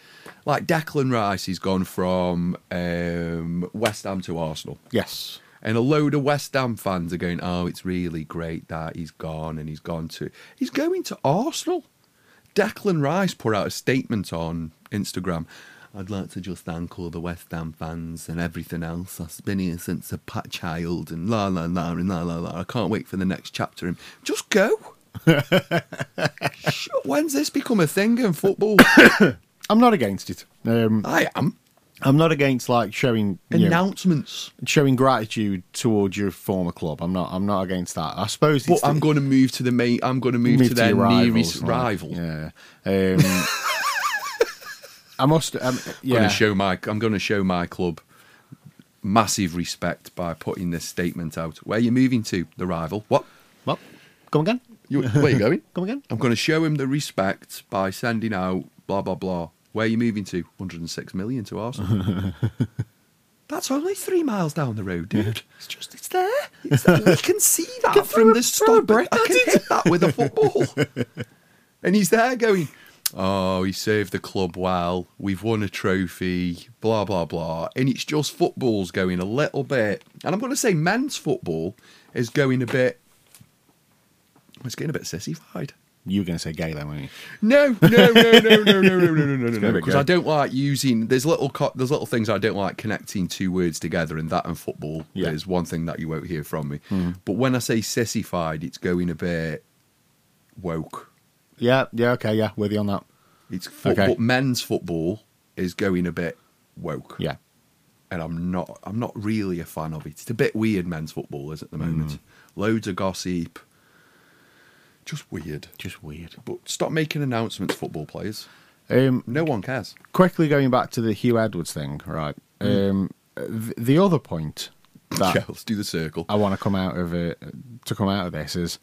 B: like Declan Rice has gone from um, West Ham to Arsenal?
A: Yes.
B: And a load of West Ham fans are going, oh, it's really great that he's gone and he's gone to. He's going to Arsenal. Declan Rice put out a statement on Instagram. I'd like to just thank all the West Ham fans and everything else. I've been here since a pat child and la la la and la la la. I can't wait for the next chapter. And just go. Shut- When's this become a thing in football?
A: I'm not against it. Um,
B: I am.
A: I'm not against like showing you know,
B: Announcements.
A: showing gratitude towards your former club. I'm not. I'm not against that. I suppose. It's
B: But
A: the-
B: I'm going to move to the main. I'm going to move, to,
A: move
B: their
A: your rivals,
B: nearest
A: like,
B: rival.
A: Yeah. Um, I must. Um,
B: I'm
A: yeah.
B: going to show my I'm going to show my club massive respect by putting this statement out. Where you moving to? The rival. What?
A: Well, come again.
B: You, where you going?
A: Come again.
B: I'm going to show him the respect by sending out blah blah blah. Where you moving to? 106 million to Arsenal. That's only three miles down the road, dude. It's just it's there. It's there. we can see that from the stop. I can hit that with a football. And he's there going, Oh, he served the club well. We've won a trophy, blah, blah, blah. And it's just football's going a little bit. And I'm going to say men's football is going a bit. It's getting a bit sissified.
A: You were going to say gay then, weren't you?
B: No, no, no, no, no, no, no, no, no, no, no,
A: gonna
B: no.
A: be good.
B: Because I don't like using. There's little. Co- there's little things I don't like connecting two words together, and that and football
A: Yeah. Hmm.
B: is one thing that you won't hear from me. But when I say sissified, it's going a bit woke.
A: Yeah. Yeah. Okay. Yeah. With you on that.
B: It's football.
A: Okay.
B: Men's football is going a bit woke.
A: Yeah.
B: and I'm not. I'm not really a fan of it. It's a bit weird. Men's football is at the moment.
A: Hmm.
B: Loads of gossip. Just weird.
A: Just weird.
B: But stop making announcements, football players.
A: Um,
B: No one cares.
A: quickly going back to the Hugh Edwards thing, right?
B: Mm.
A: Um, th- the other point that
B: yeah, let's do the circle.
A: I want to come out of it to come out of this is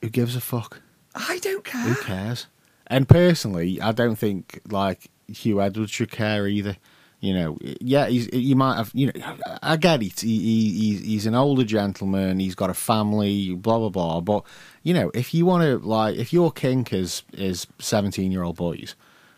A: who gives a fuck?
B: I don't care.
A: Who cares? And personally, I don't think like Hugh Edwards should care either. You know, yeah, he's he might have. You know, I get it. He, he he's he's an older gentleman. He's got a family. Blah blah blah. But you know, if you want to like, if your kink is is seventeen year old boys,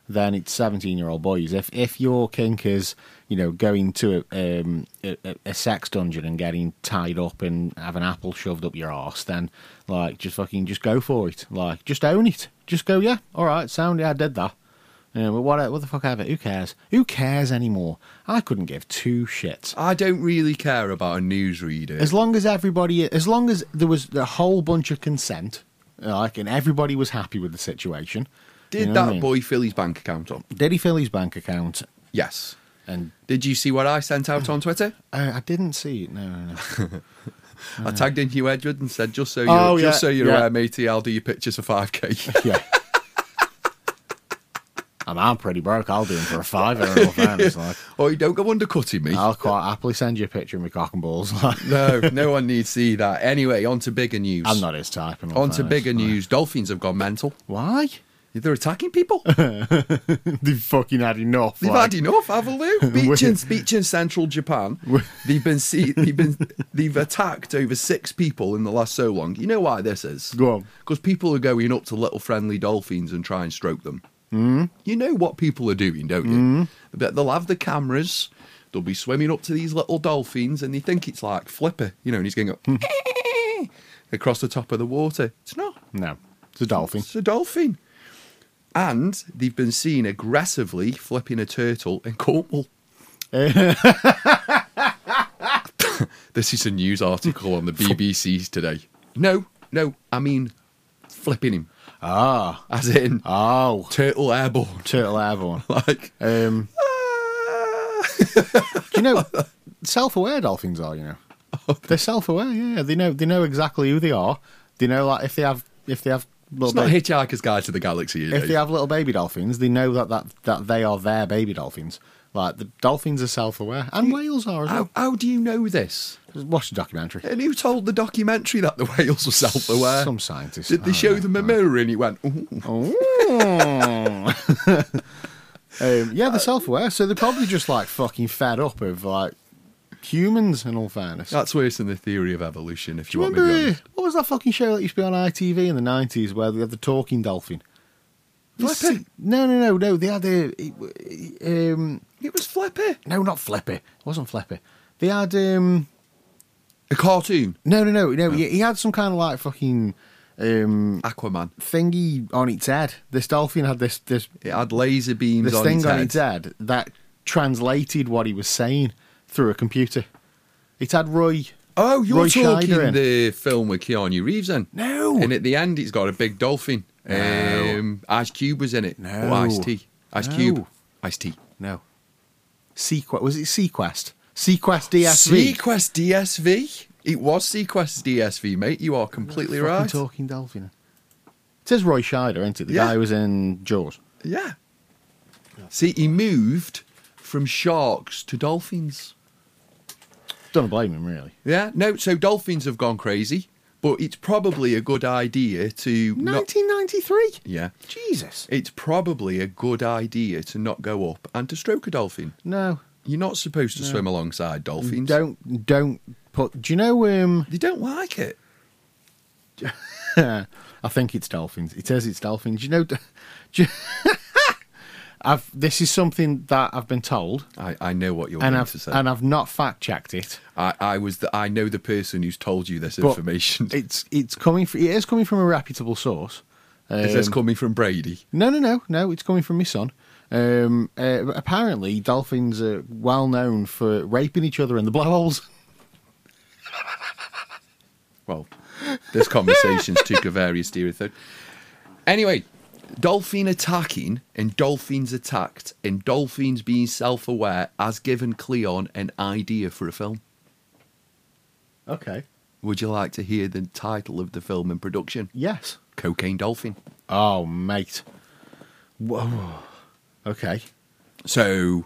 A: then it's seventeen year old boys. If if your kink is you know going to a, um, a, a- a sex dungeon and getting tied up and have an apple shoved up your arse, then like just fucking just go for it. Like just own it. Just go. Yeah, all right, sound. Yeah, I did that. Yeah, but what, what the fuck ever? Who cares? Who cares anymore? I couldn't give two shits.
B: I don't really care about a newsreader.
A: As long as everybody, as long as there was a whole bunch of consent, like, and everybody was happy with the situation.
B: Did
A: You know what
B: that
A: I mean?
B: boy fill his bank account on?
A: Did he fill his bank account?
B: Yes.
A: And
B: Did you see what I sent out on Twitter?
A: uh, I didn't see it. No, no, no.
B: I tagged in Hugh Edward and said, "Just so you're,
A: Oh,
B: just
A: yeah,
B: so you're
A: yeah.
B: aware, matey, I'll do your pictures for five k."
A: yeah. I'm, I'm pretty broke. I'll do him for a fiver. In all fairness, like,
B: oh, you don't go undercutting me.
A: I'll quite happily send you a picture of my cock and balls. Like,
B: no, no one needs to see that. Anyway, on to bigger news.
A: I'm not his type. in all
B: On to
A: fairness,
B: bigger
A: like.
B: news. Dolphins have gone mental.
A: Why?
B: They're attacking people.
A: They've fucking had enough.
B: They've
A: like.
B: had enough, haven't they? Beach in,
A: Weird.
B: beach in central Japan. They've been see, they've been they've attacked over six people in the last so long. You know why this is?
A: Go on.
B: Because people are going up to little friendly dolphins and try and stroke them.
A: Hmm?
B: Mm. You know what people are doing, don't you? But they'll have the cameras. They'll be swimming up to these little dolphins, and they think it's like Flipper, you know, and he's going up
A: Hmm.
B: across the top of the water. It's not.
A: No, it's a dolphin.
B: It's a dolphin. And they've been seen aggressively flipping a turtle in Cornwall. this is a news article on the BBC today. No, no, I mean flipping him,
A: Ah.
B: as in
A: Oh.
B: turtle airborne.
A: Turtle Airborne.
B: like, ah.
A: Um, do you know, self-aware dolphins are. You know, they're self-aware. Yeah, they know they know exactly who they are. They know like if they have if they have little
B: it's not
A: ba-
B: Hitchhiker's Guide to the Galaxy. You
A: if they
B: know.
A: have little baby dolphins, they know that that, that they are their baby dolphins. Like the dolphins are self-aware, and whales are. As well.
B: how, how do you know this?
A: Watch the documentary.
B: And who told the documentary that the whales were self-aware?
A: Some scientists. Oh.
B: Did they
A: I
B: show
A: don't
B: them a mirror and he went, Ooh.
A: know. um, yeah,
B: Uh,
A: they're self-aware, so they're probably just like fucking fed up of like humans. In all fairness,
B: that's worse than the theory of evolution, if
A: Do
B: you
A: you
B: want me to be
A: remember uh,
B: honest.
A: what was that fucking show that used to be on ITV in the nineties where they had the talking dolphin?
B: Flippy.
A: No, no, no, no. They had a it- um,
B: It was Flippy.
A: no, not Flippy. It wasn't Flippy. They had um,
B: A cartoon.
A: no, no, no, no. He, he had some kind of like fucking um
B: Aquaman.
A: thingy on its head. This dolphin had this this
B: It had laser beams
A: this
B: on
A: thing
B: its
A: on
B: head.
A: its head that translated what he was saying through a computer. It had Roy.
B: Oh, you're
A: Roy
B: talking
A: Scheider in.
B: the film with Keanu Reeves in.
A: No.
B: And at the end, it's got a big dolphin.
A: No.
B: Um, Ice Cube was in it.
A: No.
B: Or Ice T. Ice
A: No.
B: Cube. Ice T.
A: No. Sequest was it Sequest? Sequest DSV.
B: Sequest DSV. It was Sequest DSV, mate. You are completely
A: Fucking
B: right.
A: Talking dolphin. It says Roy Scheider, ain't it? The
B: Yeah.
A: guy who was in Jaws.
B: Yeah. See, he moved from sharks to dolphins.
A: Don't blame him, really.
B: Yeah. No, so dolphins have gone crazy, but it's probably a good idea to not.
A: 1993.
B: Yeah.
A: Jesus.
B: It's probably a good idea to not go up and to stroke a dolphin.
A: No.
B: You're not supposed to swim alongside dolphins.
A: Don't don't put. Do you know? Um,
B: They don't like it.
A: I think it's dolphins. It says it's dolphins. Do you know? Do you, I've this is something that I've been told,
B: I, I know what you're
A: and
B: going
A: I've
B: to say.
A: and I've not fact checked it.
B: I, I was the, I know the person who's told you this
A: But
B: information. It,
A: It's it's coming. From, it is coming from a reputable source.
B: is this
A: Um,
B: coming from Brady?
A: No, no, no, no. It's coming from my son. Um, uh, apparently, dolphins are well known for raping each other in the blowholes.
B: Well, this conversation's took a various deer third. Anyway, dolphin attacking and dolphins attacked and dolphins being self-aware has given Cleon an idea for a film.
A: Okay.
B: Would you like to hear the title of the film in production?
A: Yes.
B: Cocaine Dolphin.
A: Oh, mate. Whoa. Okay.
B: So,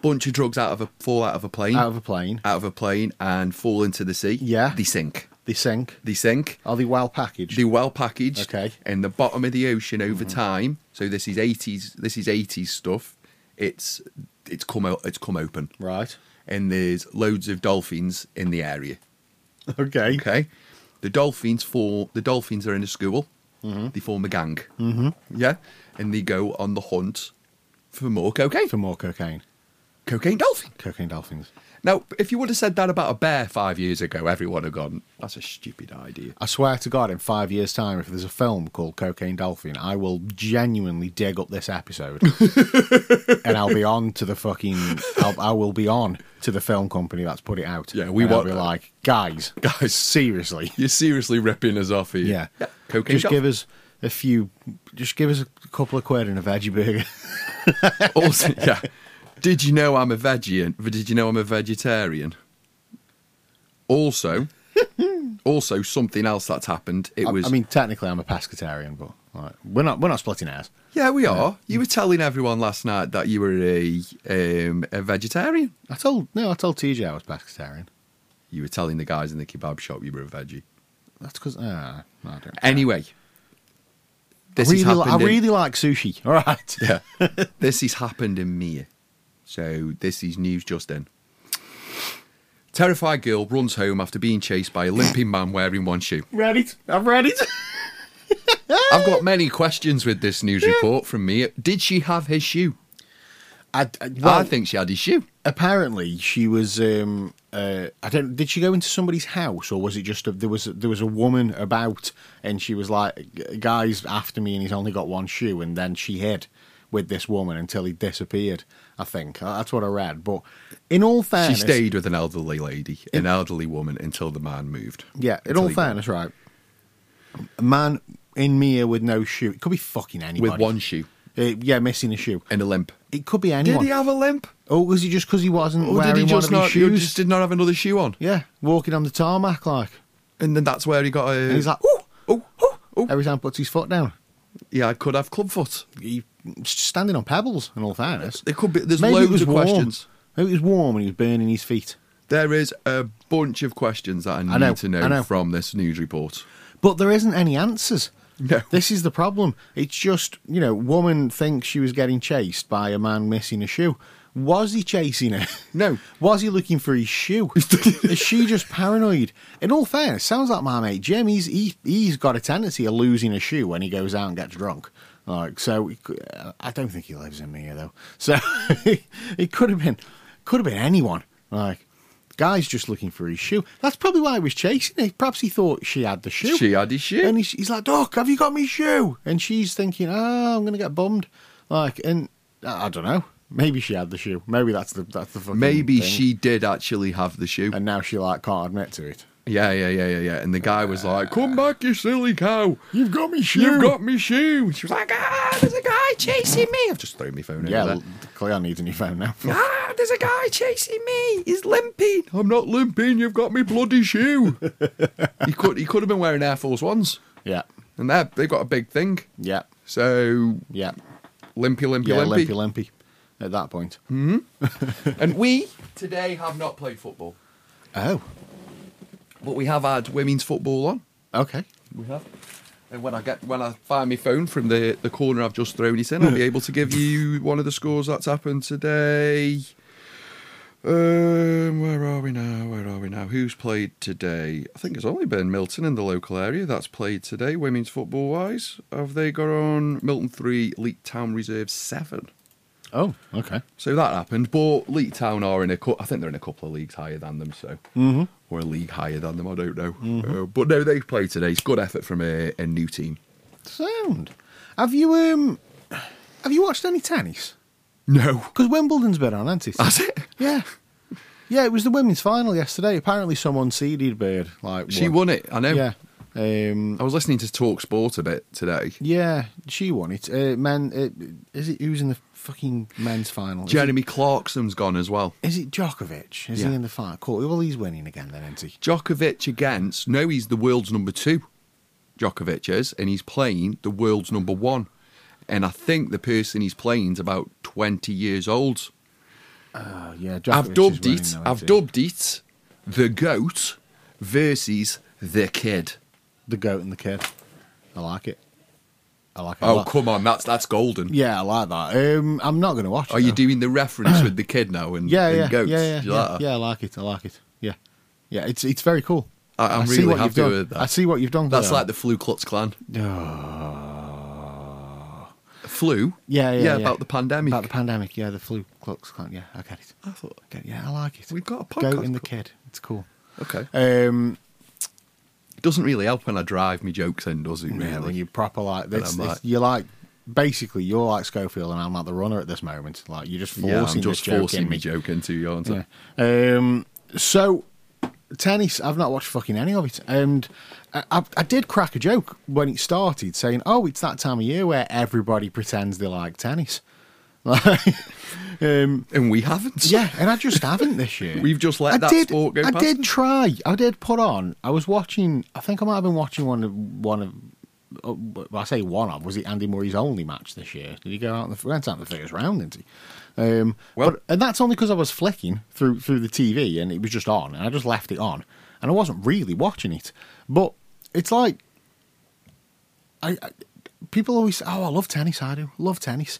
B: bunch of drugs out of a fall out of a plane,
A: Out of a plane,
B: out of a plane, and fall into the sea.
A: Yeah.
B: they sink.
A: they sink.
B: They sink.
A: Are they well packaged?
B: They're well packaged.
A: Okay. Mm-hmm.
B: And the bottom of the ocean over time. So this is eighties. This is eighties stuff. It's it's come o- it's come open,
A: right.
B: and there's loads of dolphins in the area.
A: Okay.
B: Okay. The dolphins for the dolphins are in a school. They form a gang. Mm-hmm. Yeah, and they go on the hunt for more cocaine.
A: For more cocaine.
B: cocaine dolphin.
A: Cocaine dolphins.
B: Now, if you would have said that about a bear five years ago, everyone would have gone, that's a stupid idea.
A: I swear to God, in five years' time, if there's a film called Cocaine Dolphin, I will genuinely dig up this episode, and I'll be on to the fucking. I'll, I will be on to the film company that's put it out.
B: Yeah, we
A: And I'll
B: want
A: be
B: that.
A: like, guys,
B: Guys.
A: seriously,
B: You're seriously ripping us off here.
A: yeah,
B: Cocaine
A: Just give us a few. Just give us a couple of quid and a veggie burger.
B: dolphin. Also, yeah. Did you know I'm a vegan? Did you know I'm a vegetarian? Also, also something else that's happened. It
A: I-
B: was.
A: I, mean, technically, I'm a pescatarian, but like, we're not. We're not splitting hairs.
B: yeah, we are. You were telling everyone last night that you were a um, a vegetarian.
A: I told no. I told TJ I was pescatarian.
B: You were telling the guys in the kebab shop you were a veggie.
A: That's because ah, no, I don't.
B: Anyway, this
A: I
B: has
A: really, li- I
B: happened in-
A: really like sushi. All right.
B: Yeah. this has happened in Mia. So this is news just in. Terrified girl runs home after being chased by a limping man wearing one shoe.
A: Read it. I've read it.
B: I've got many questions with this news report from Mia. Did she have his shoe?
A: I, I- well,
B: I think she had his shoe.
A: apparently she was. Um, uh, I don't. Did she go into somebody's house, or was it just a, there was there was a woman about, and she was like, "G- "Guys, after me," and he's only got one shoe, and then she hid with this woman until he disappeared. I think that's what I read. But in all
B: She
A: fairness,
B: stayed with an elderly lady, an elderly woman, until the man moved.
A: Yeah, in
B: Until
A: all
B: he got-
A: fairness, right. A man in Mia with no shoe. It could be fucking anybody.
B: with one shoe
A: Uh, yeah, missing a shoe.
B: and a limp.
A: It could be
B: Did
A: anyone.
B: he have a limp?
A: oh, was he just because he wasn't
B: Or
A: wearing
B: did he just
A: one of
B: not?
A: his
B: He
A: shoes?
B: just did not have another shoe on,
A: Yeah, walking on the tarmac like.
B: and then that's where he got a.
A: And he's like,
B: oh, oh, oh, oh.
A: every time he puts his foot down.
B: Yeah, I could have club foot.
A: He, standing on pebbles, in all fairness.
B: It could be. There's
A: Maybe it
B: loads
A: was
B: of
A: warm.
B: questions.
A: Maybe it was warm and he was burning his feet.
B: There is a bunch of questions that I need
A: know,
B: to know,
A: I know.
B: from this news report.
A: But there isn't any answers.
B: No.
A: This is the problem. It's just, you know, woman thinks she was getting chased by a man missing a shoe. Was he chasing her?
B: No.
A: Was he looking for his shoe? is she just paranoid? In all fairness, sounds like my mate Jim. He's he, he's got a tendency of losing a shoe when he goes out and gets drunk. Like so, he cou- I don't think he lives in here though. So it could have been could have been anyone. Like guy's just looking for his shoe. That's probably why he was chasing it. Perhaps he thought she had the shoe.
B: She had his shoe.
A: And he's, he's like, Doc, have you got me shoe? And she's thinking, oh, I'm going to get bummed. Like, and I I don't know. Maybe she had the shoe. Maybe that's the that's the fucking
B: Maybe
A: thing.
B: she did actually have the shoe.
A: and now she like can't admit to it.
B: Yeah, yeah, yeah, yeah, yeah. And the guy was like, "Come
A: Uh.
B: back, you silly cow!
A: You've got me shoe.
B: You've got me shoe." And she was like, "Ah, there's a guy chasing me." I've just thrown my phone
A: yeah.
B: over
A: l- Cleon needs a new phone now.
B: there. Ah, there's a guy chasing me. He's limping. I'm not limping. You've got me bloody shoe. he could, he could have been wearing Air Force Ones,
A: yeah,
B: and they they've got a big thing.
A: yeah,
B: So
A: yeah,
B: limpy, limpy,
A: yeah.
B: limpy. Hmm.
A: Limpy, limpy. At that point.
B: And we today have not played football,
A: Oh,
B: but we have had women's football on.
A: okay.
B: We have. And when I get when I find my phone from the, the corner I've just thrown it in, I'll be able to give you one of the scores that's happened today. Um, where are we now? Where are we now? Who's played today? I think it's only been Milton in the local area that's played today, women's football wise. Have they got on Milton three, Leek Town Reserve seven?
A: Oh, okay.
B: So that happened, but Leek Town are in a cou- I think they're in a couple of leagues higher than them, so or a league higher than them. I don't know, Uh, but no, they've played today. It's good effort from a, a new team.
A: Sound. Have you um, have you watched any tennis?
B: No,
A: Because Wimbledon's been on, hasn't it?
B: that's it.
A: Yeah. Yeah, it was the women's final yesterday. Apparently, someone seeded Bird. Like
B: She won it. I know.
A: Yeah. Um,
B: I was listening to Talk Sport a bit today.
A: yeah, she won it. Uh, men, uh, is it who's in the fucking men's final? Is it-
B: Jeremy Clarkson's gone as well.
A: Is it Djokovic? Is
B: Yeah.
A: he in the final? Cool. Well, he's winning again then, isn't he?
B: Djokovic against no, he's the world's number two. Djokovic is, and he's playing the world's number one. And I think the person he's playing's about twenty years old.
A: Oh yeah,
B: I've
A: Djokovic is
B: dubbed
A: winning
B: it.
A: though, isn't
B: I've
A: he?
B: dubbed it the goat versus the kid.
A: the goat and the kid. I like it. I like it. a
B: Oh
A: lot.
B: come on, that's that's golden.
A: Yeah, I like that. Um, I'm not going to watch.
B: Are
A: it,
B: Oh, you
A: though.
B: doing the reference with the kid now and,
A: Yeah,
B: and
A: yeah,
B: goats?
A: yeah, yeah,
B: Do you like
A: yeah,
B: that?
A: yeah. I like it. I like it. Yeah, yeah. It's it's very cool.
B: I- I'm
A: I see
B: really
A: what you've
B: happy
A: done.
B: with that.
A: I see what you've done.
B: That's
A: there.
B: like the Flu Klux Klan.
A: Oh.
B: Flu?
A: Yeah, yeah, yeah.
B: about the pandemic.
A: About the pandemic, yeah, the flu clocks can't. Yeah, I get it.
B: I thought,
A: I get- yeah, I like it.
B: We've got a
A: Goat
B: podcast
A: in the
B: called-
A: kid. It's cool.
B: okay.
A: Um,
B: Doesn't really help when I drive me jokes in, does it? Really?
A: yeah, when you proper like this,
B: I'm
A: this
B: like-
A: you're like basically you're like Schofield and I'm like the runner at this moment. Like you're just forcing
B: yeah, I'm
A: this
B: just
A: joke
B: forcing
A: in
B: me
A: me.
B: joke into you, aren't I?
A: Yeah. Um, so tennis, I've not watched fucking any of it, and I, I, I did crack a joke when it started, saying, "Oh, it's that time of year where everybody pretends they like tennis." Like, um,
B: And we haven't.
A: yeah, and I just haven't this year.
B: We've just let
A: I
B: that
A: did,
B: sport go
A: I
B: past
A: did
B: us.
A: try. I did put on. I was watching. I think I might have been watching one of one of. uh, Well, I say one of was it Andy Murray's only match this year? Did he go out? In the, went out in the first round, didn't he? Um,
B: Well-
A: but- and that's only because I was flicking through through the TV and it was just on, and I just left it on, and I wasn't really watching it. But it's like, I, I people always say, "Oh, I love tennis. I do love tennis."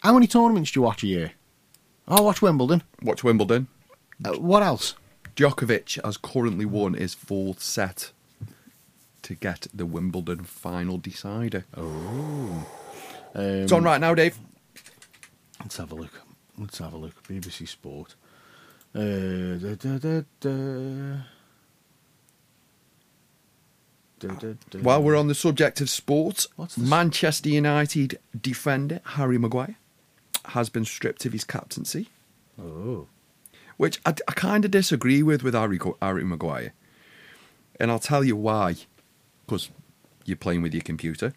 A: How many tournaments do you watch a year? Oh, I watch Wimbledon.
B: Watch Wimbledon.
A: Uh, what else?
B: Djokovic has currently won his fourth set to get the Wimbledon final decider.
A: Oh. Um,
B: It's on right now, Dave.
A: Let's have a look. Let's have a look. BBC Sport. Uh, da, da, da, da. Da, da, da.
B: While we're on the subject of sports,
A: What's this?
B: Manchester United defender Harry Maguire has been stripped of his captaincy,
A: Oh.
B: which I, kind of disagree with with Harry, Go- Harry Maguire. And I'll tell you why. Because You're playing with your computer.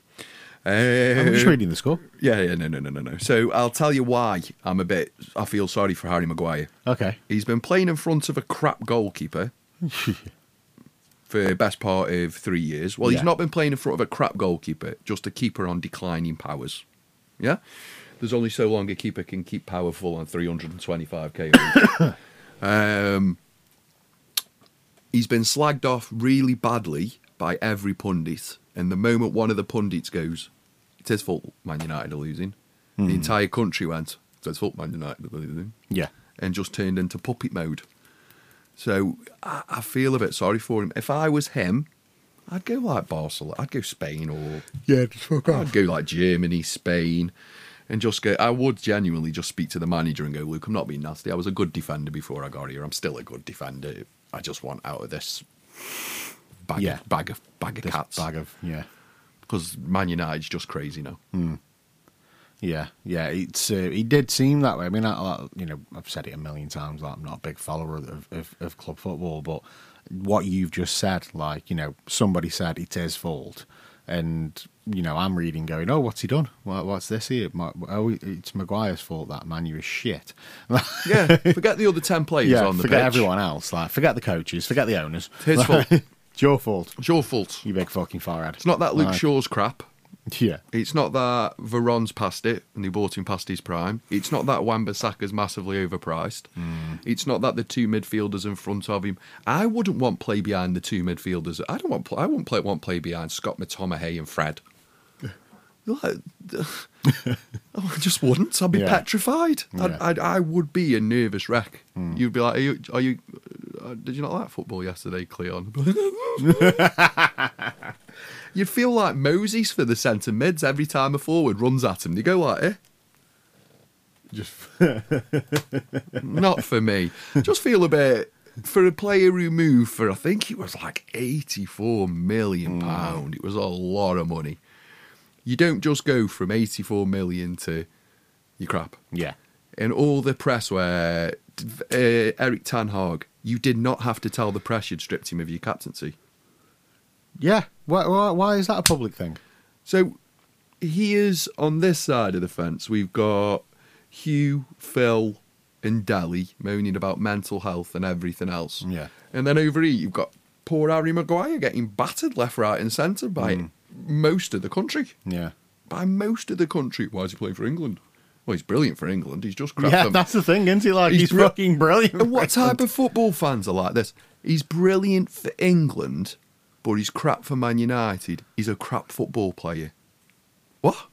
A: I'm just
B: Um,
A: reading the score.
B: yeah, yeah, no, no, no, no, no. So I'll tell you why I'm a bit. I feel sorry for Harry Maguire.
A: Okay.
B: He's been playing in front of a crap goalkeeper for the best part of three years. Well,
A: Yeah.
B: he's not been playing in front of a crap goalkeeper, just a keeper on declining powers. Yeah? There's only so long a keeper can keep powerful on 325k. a week. um, he's been slagged off really badly by every pundit. And the moment one of the pundits goes, it's his fault Man United are losing, the entire country went, it's his fault Man United are losing
A: Yeah.
B: and just turned into puppet mode. So I, I feel a bit sorry for him. If I was him, I'd go like Barcelona, I'd go Spain, or
A: Yeah, just fuck
B: I'd go like Germany, Spain, and just go. I would genuinely just speak to the manager and go, Luke, I'm not being nasty. I was a good defender before I got here. I'm still a good defender. I just want out of this bag,
A: Yeah.
B: of, bag of bag of
A: This
B: cats
A: bag of yeah,
B: because Man United's just crazy now.
A: Hmm. yeah, yeah. It's uh, it did seem that way. I mean, I, I, you know, I've said it a million times. Like, I'm not a big follower of, of, of club football, but what you've just said, like, you know, somebody said it's his fault, and you know, I'm reading going, oh, what's he done? What, what's this here? My, oh, it's Maguire's fault. That man, you is shit.
B: yeah, forget the other ten players
A: yeah,
B: on the
A: forget
B: pitch.
A: everyone else. Like, forget the coaches, forget the owners.
B: It's his fault.
A: It's your fault.
B: It's your fault.
A: You big fucking forehead.
B: It's not that Luke
A: Like,
B: Shaw's crap.
A: Yeah.
B: It's not that Veron's past it and they bought him past his prime. It's not that Wan-Bissaka's massively overpriced. It's not that the two midfielders in front of him. I wouldn't want play behind the two midfielders. I don't want. Play, I wouldn't play want play behind Scott McTominay and Fred. Like, I just wouldn't. I'd be
A: Yeah.
B: petrified. I'd,
A: Yeah. Hmm.
B: I'd, I would be a nervous wreck. You'd be like, are you, are you? uh, Did you not like football yesterday, Cleon? You'd feel like Moses for the centre mids every time a forward runs at him. You go like, eh?
A: Just
B: Not for me. Just feel a bit for a player who moved for I think it was like eighty-four
A: Hmm.
B: million pound. It was a lot of money. You don't just go from eighty-four million to your crap.
A: yeah.
B: in all the press where uh, Eric Ten Hag, you did not have to tell the press you'd stripped him of your captaincy.
A: Yeah. Why, why, why is that a public thing?
B: So he is on this side of the fence. We've got Hugh, Phil, and Dally moaning about mental health and everything else.
A: Yeah.
B: And then over here, you've got poor Harry Maguire getting battered left, right, and centre by
A: Mm.
B: most of the country.
A: Yeah.
B: By most of the country. Why is he playing for England? Well, he's brilliant for England. He's just crap
A: yeah,
B: for
A: that's the thing, isn't he? Like, he's,
B: He's bri-
A: fucking brilliant.
B: And what type of football fans are like this? He's brilliant for England, but he's crap for Man United. He's a crap football player. What?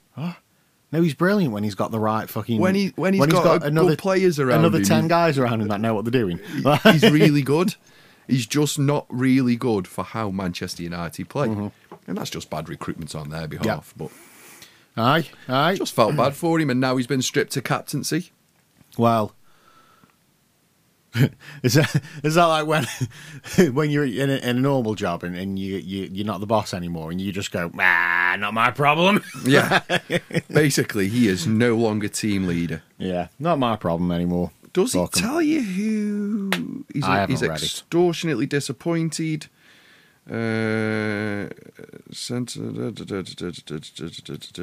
A: No, he's brilliant when he's got the right fucking.
B: When he- when he's got a good players around
A: Another
B: him,
A: 10
B: he's-
A: guys around him that know what they're doing.
B: He's really good. He's just not really good for how Manchester United play.
A: Mm-hmm.
B: And that's just bad recruitment on their behalf. But
A: aye, aye.
B: I just felt bad for him, and now he's been stripped to captaincy.
A: Well, is that is that like when when you're in a, in a normal job and, and you, you you're not the boss anymore and you just go ah not my problem
B: Yeah. Basically, he is no longer team leader.
A: yeah not my problem anymore
B: Does he
A: Fuck 'em.
B: tell you who he's,
A: I haven't
B: he's
A: read it.
B: extortionately disappointed? Uh, sent-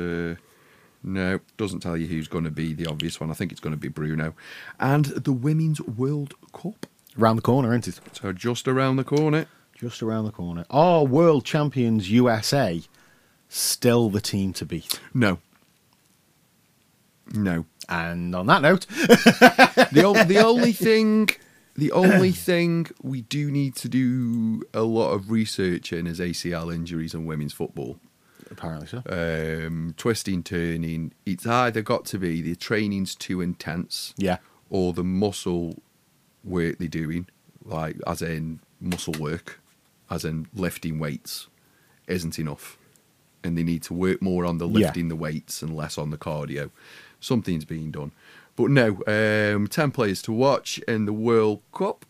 B: no, doesn't tell you who's going to be the obvious one. I think it's going to be Bruno. And the Women's World Cup.
A: round the corner isn't it
B: So just around the corner.
A: just around the corner are world champions USA still the team to beat
B: No. No.
A: and on that note
B: the, o- the only thing the only thing we do need to do a lot of research in is ACL injuries and women's football.
A: apparently so
B: Um, twisting, turning. It's either got to be the training's too intense,
A: yeah
B: or the muscle work they're doing, like as in muscle work, as in lifting weights, isn't enough. And they need to work more on the
A: Yeah.
B: lifting the weights and less on the cardio. Something's being done. But no, um, 10 players to watch in the World Cup.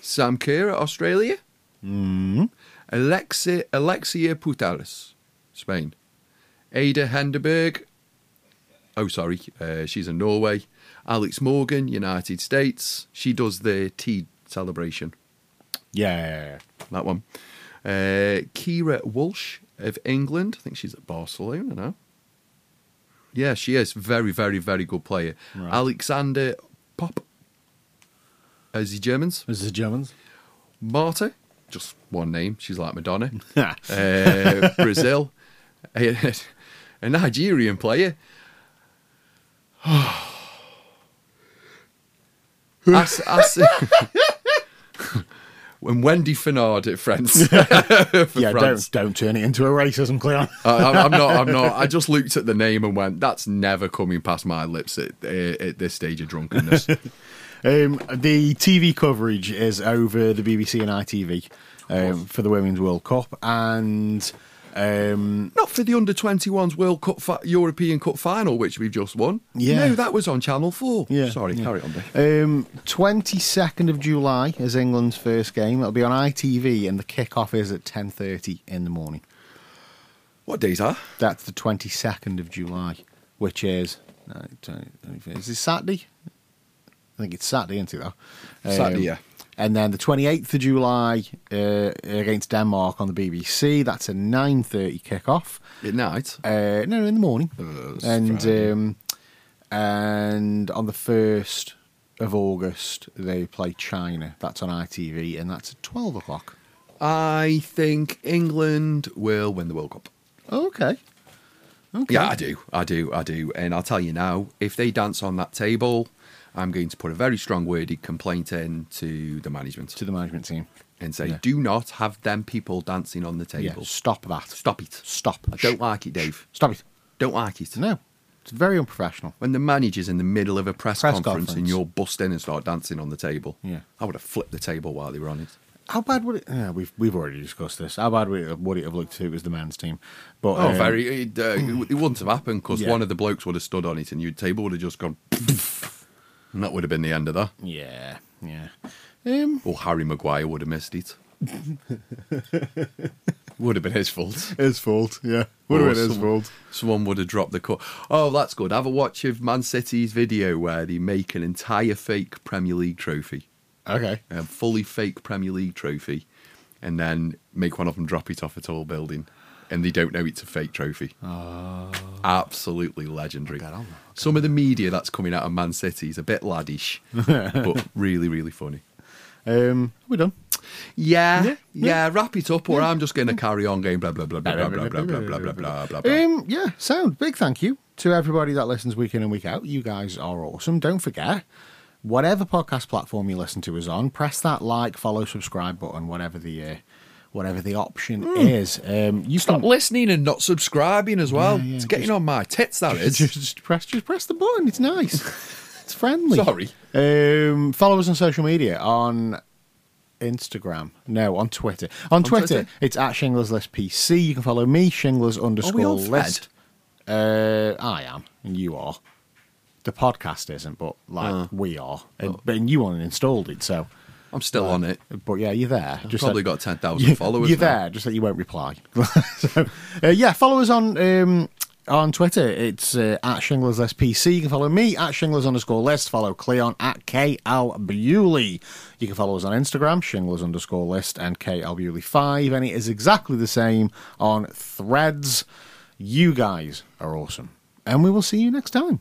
B: Sam Kerr, Australia.
A: mm.
B: Alexi, Alexia Putares, Spain. Ada Henderberg. Oh, sorry. Uh, she's in Norway. Alex Morgan, United States. She does the tea celebration.
A: yeah
B: That one. Uh, Kira Walsh, of England. I think she's at Barcelona now. Yeah, she is. Very, very, very good player.
A: Right.
B: Alexander Pop. Is he Germans?
A: Is the Germans?
B: Marta. Just one name. She's like Madonna. uh, Brazil. A, a Nigerian player. As- as- when Wendy Fernard at France. for
A: yeah,
B: France.
A: don't don't turn it into a racism, Cleon.
B: I, I'm- I'm not. I'm not. I just looked at the name and went, "That's never coming past my lips at uh, at this stage of drunkenness."
A: Um, the TV coverage is over the BBC and ITV um, for the Women's World Cup, and um,
B: not for the under 21s World Cup fi- European Cup final, which we've just won.
A: Yeah.
B: no, that was on Channel Four.
A: Yeah,
B: sorry,
A: yeah.
B: carry on. Dave.
A: um, 22nd of July is England's first game. It'll be on ITV, and the kick-off is at 10:30 in the morning.
B: What days are?
A: That's the 22nd of July, which is uh, twenty- twenty- is it Saturday? I think it's Saturday, isn't it? Though Um,
B: Saturday, yeah.
A: And then the 28th of July uh, against Denmark on the BBC. That's a 9:30 kickoff.
B: At night.
A: Uh, no, in the morning.
B: Uh, it's
A: and
B: Friday.
A: um, and on the first of August they play China. That's on ITV, and that's at 12 o'clock.
B: I think England will win the World Cup.
A: Okay. Okay.
B: Yeah, I do. I do. I do. And I'll tell you now, if they dance on that table, I'm going to put a very strong worded complaint in to the management
A: To the management team.
B: and say,
A: Yeah.
B: do not have them people dancing on the
A: Yeah.
B: table.
A: Stop that.
B: Stop it.
A: Stop.
B: I don't like it, Dave.
A: Stop it.
B: Don't like it.
A: No, it's very unprofessional.
B: When the manager's in the middle of a press,
A: Press
B: conference, and
A: conference.
B: you're bust in and start dancing on the table,
A: Yeah.
B: I would have flipped the table while they were on it.
A: How bad would it? Yeah, we've we've already discussed this. How bad would it, would it have looked if it was the men's team? But
B: Oh,
A: um,
B: very. It, uh, it wouldn't have happened because
A: Yeah.
B: one of the blokes would have stood on it and your table would have just gone. and that would have been the end of that.
A: Yeah, yeah. Um,
B: Or Harry Maguire would have missed it. would have been his fault.
A: his fault. Yeah,
B: Or someone- Someone would have dropped the cut. Oh, that's good. Have a watch of Man City's video where they make an entire fake Premier League trophy,
A: Okay.
B: a fully fake Premier League trophy, and then make one of them drop it off a tall building, and they don't know it's a fake trophy. Oh. Absolutely legendary.
A: I'll get on that.
B: Some of the media that's coming out of Man City is a bit laddish, but really, really funny.
A: Um, we're done.
B: Yeah,
A: Yeah,
B: yeah, wrap it up, or I'm just going to carry on game. Blah blah blah blah blah blah blah blah blah blah blah. blah, blah.
A: Um, yeah, sound. Big thank you to everybody that listens week in and week out. You guys are awesome. Don't forget, whatever podcast platform you listen to us on, press that like, follow, subscribe button, whatever the uh, whatever the option is. Um, you
B: Stop
A: can
B: listening and not subscribing as well.
A: yeah,
B: it's getting
A: just-
B: on my tits. That
A: Just,
B: is.
A: just, just press, just press the button. It's nice. it's friendly.
B: Sorry.
A: Um, follow us on social media on Instagram. No, on Twitter. On, Twitter,
B: Twitter?
A: it's at Shinglers List PC. You can follow me, Shinglers underscore
B: on Thread?
A: List. Uh, I am, and you are. The podcast isn't, but like
B: Uh.
A: we are,
B: Oh.
A: and, but and you only installed it, so.
B: I'm still on it.
A: But yeah, you're there. Just
B: Probably
A: that-
B: got ten
A: you-
B: thousand followers.
A: You're
B: now.
A: there, just that you won't reply. so, uh, yeah, follow us on um, on Twitter. It's uh, at Shinglers List PC. You can follow me at Shinglers underscore List. Follow Cleon at KL Bewley. You can follow us on Instagram, Shinglers underscore List and KL Bewley five, and it is exactly the same on Threads. You guys are awesome, and we will see you next time.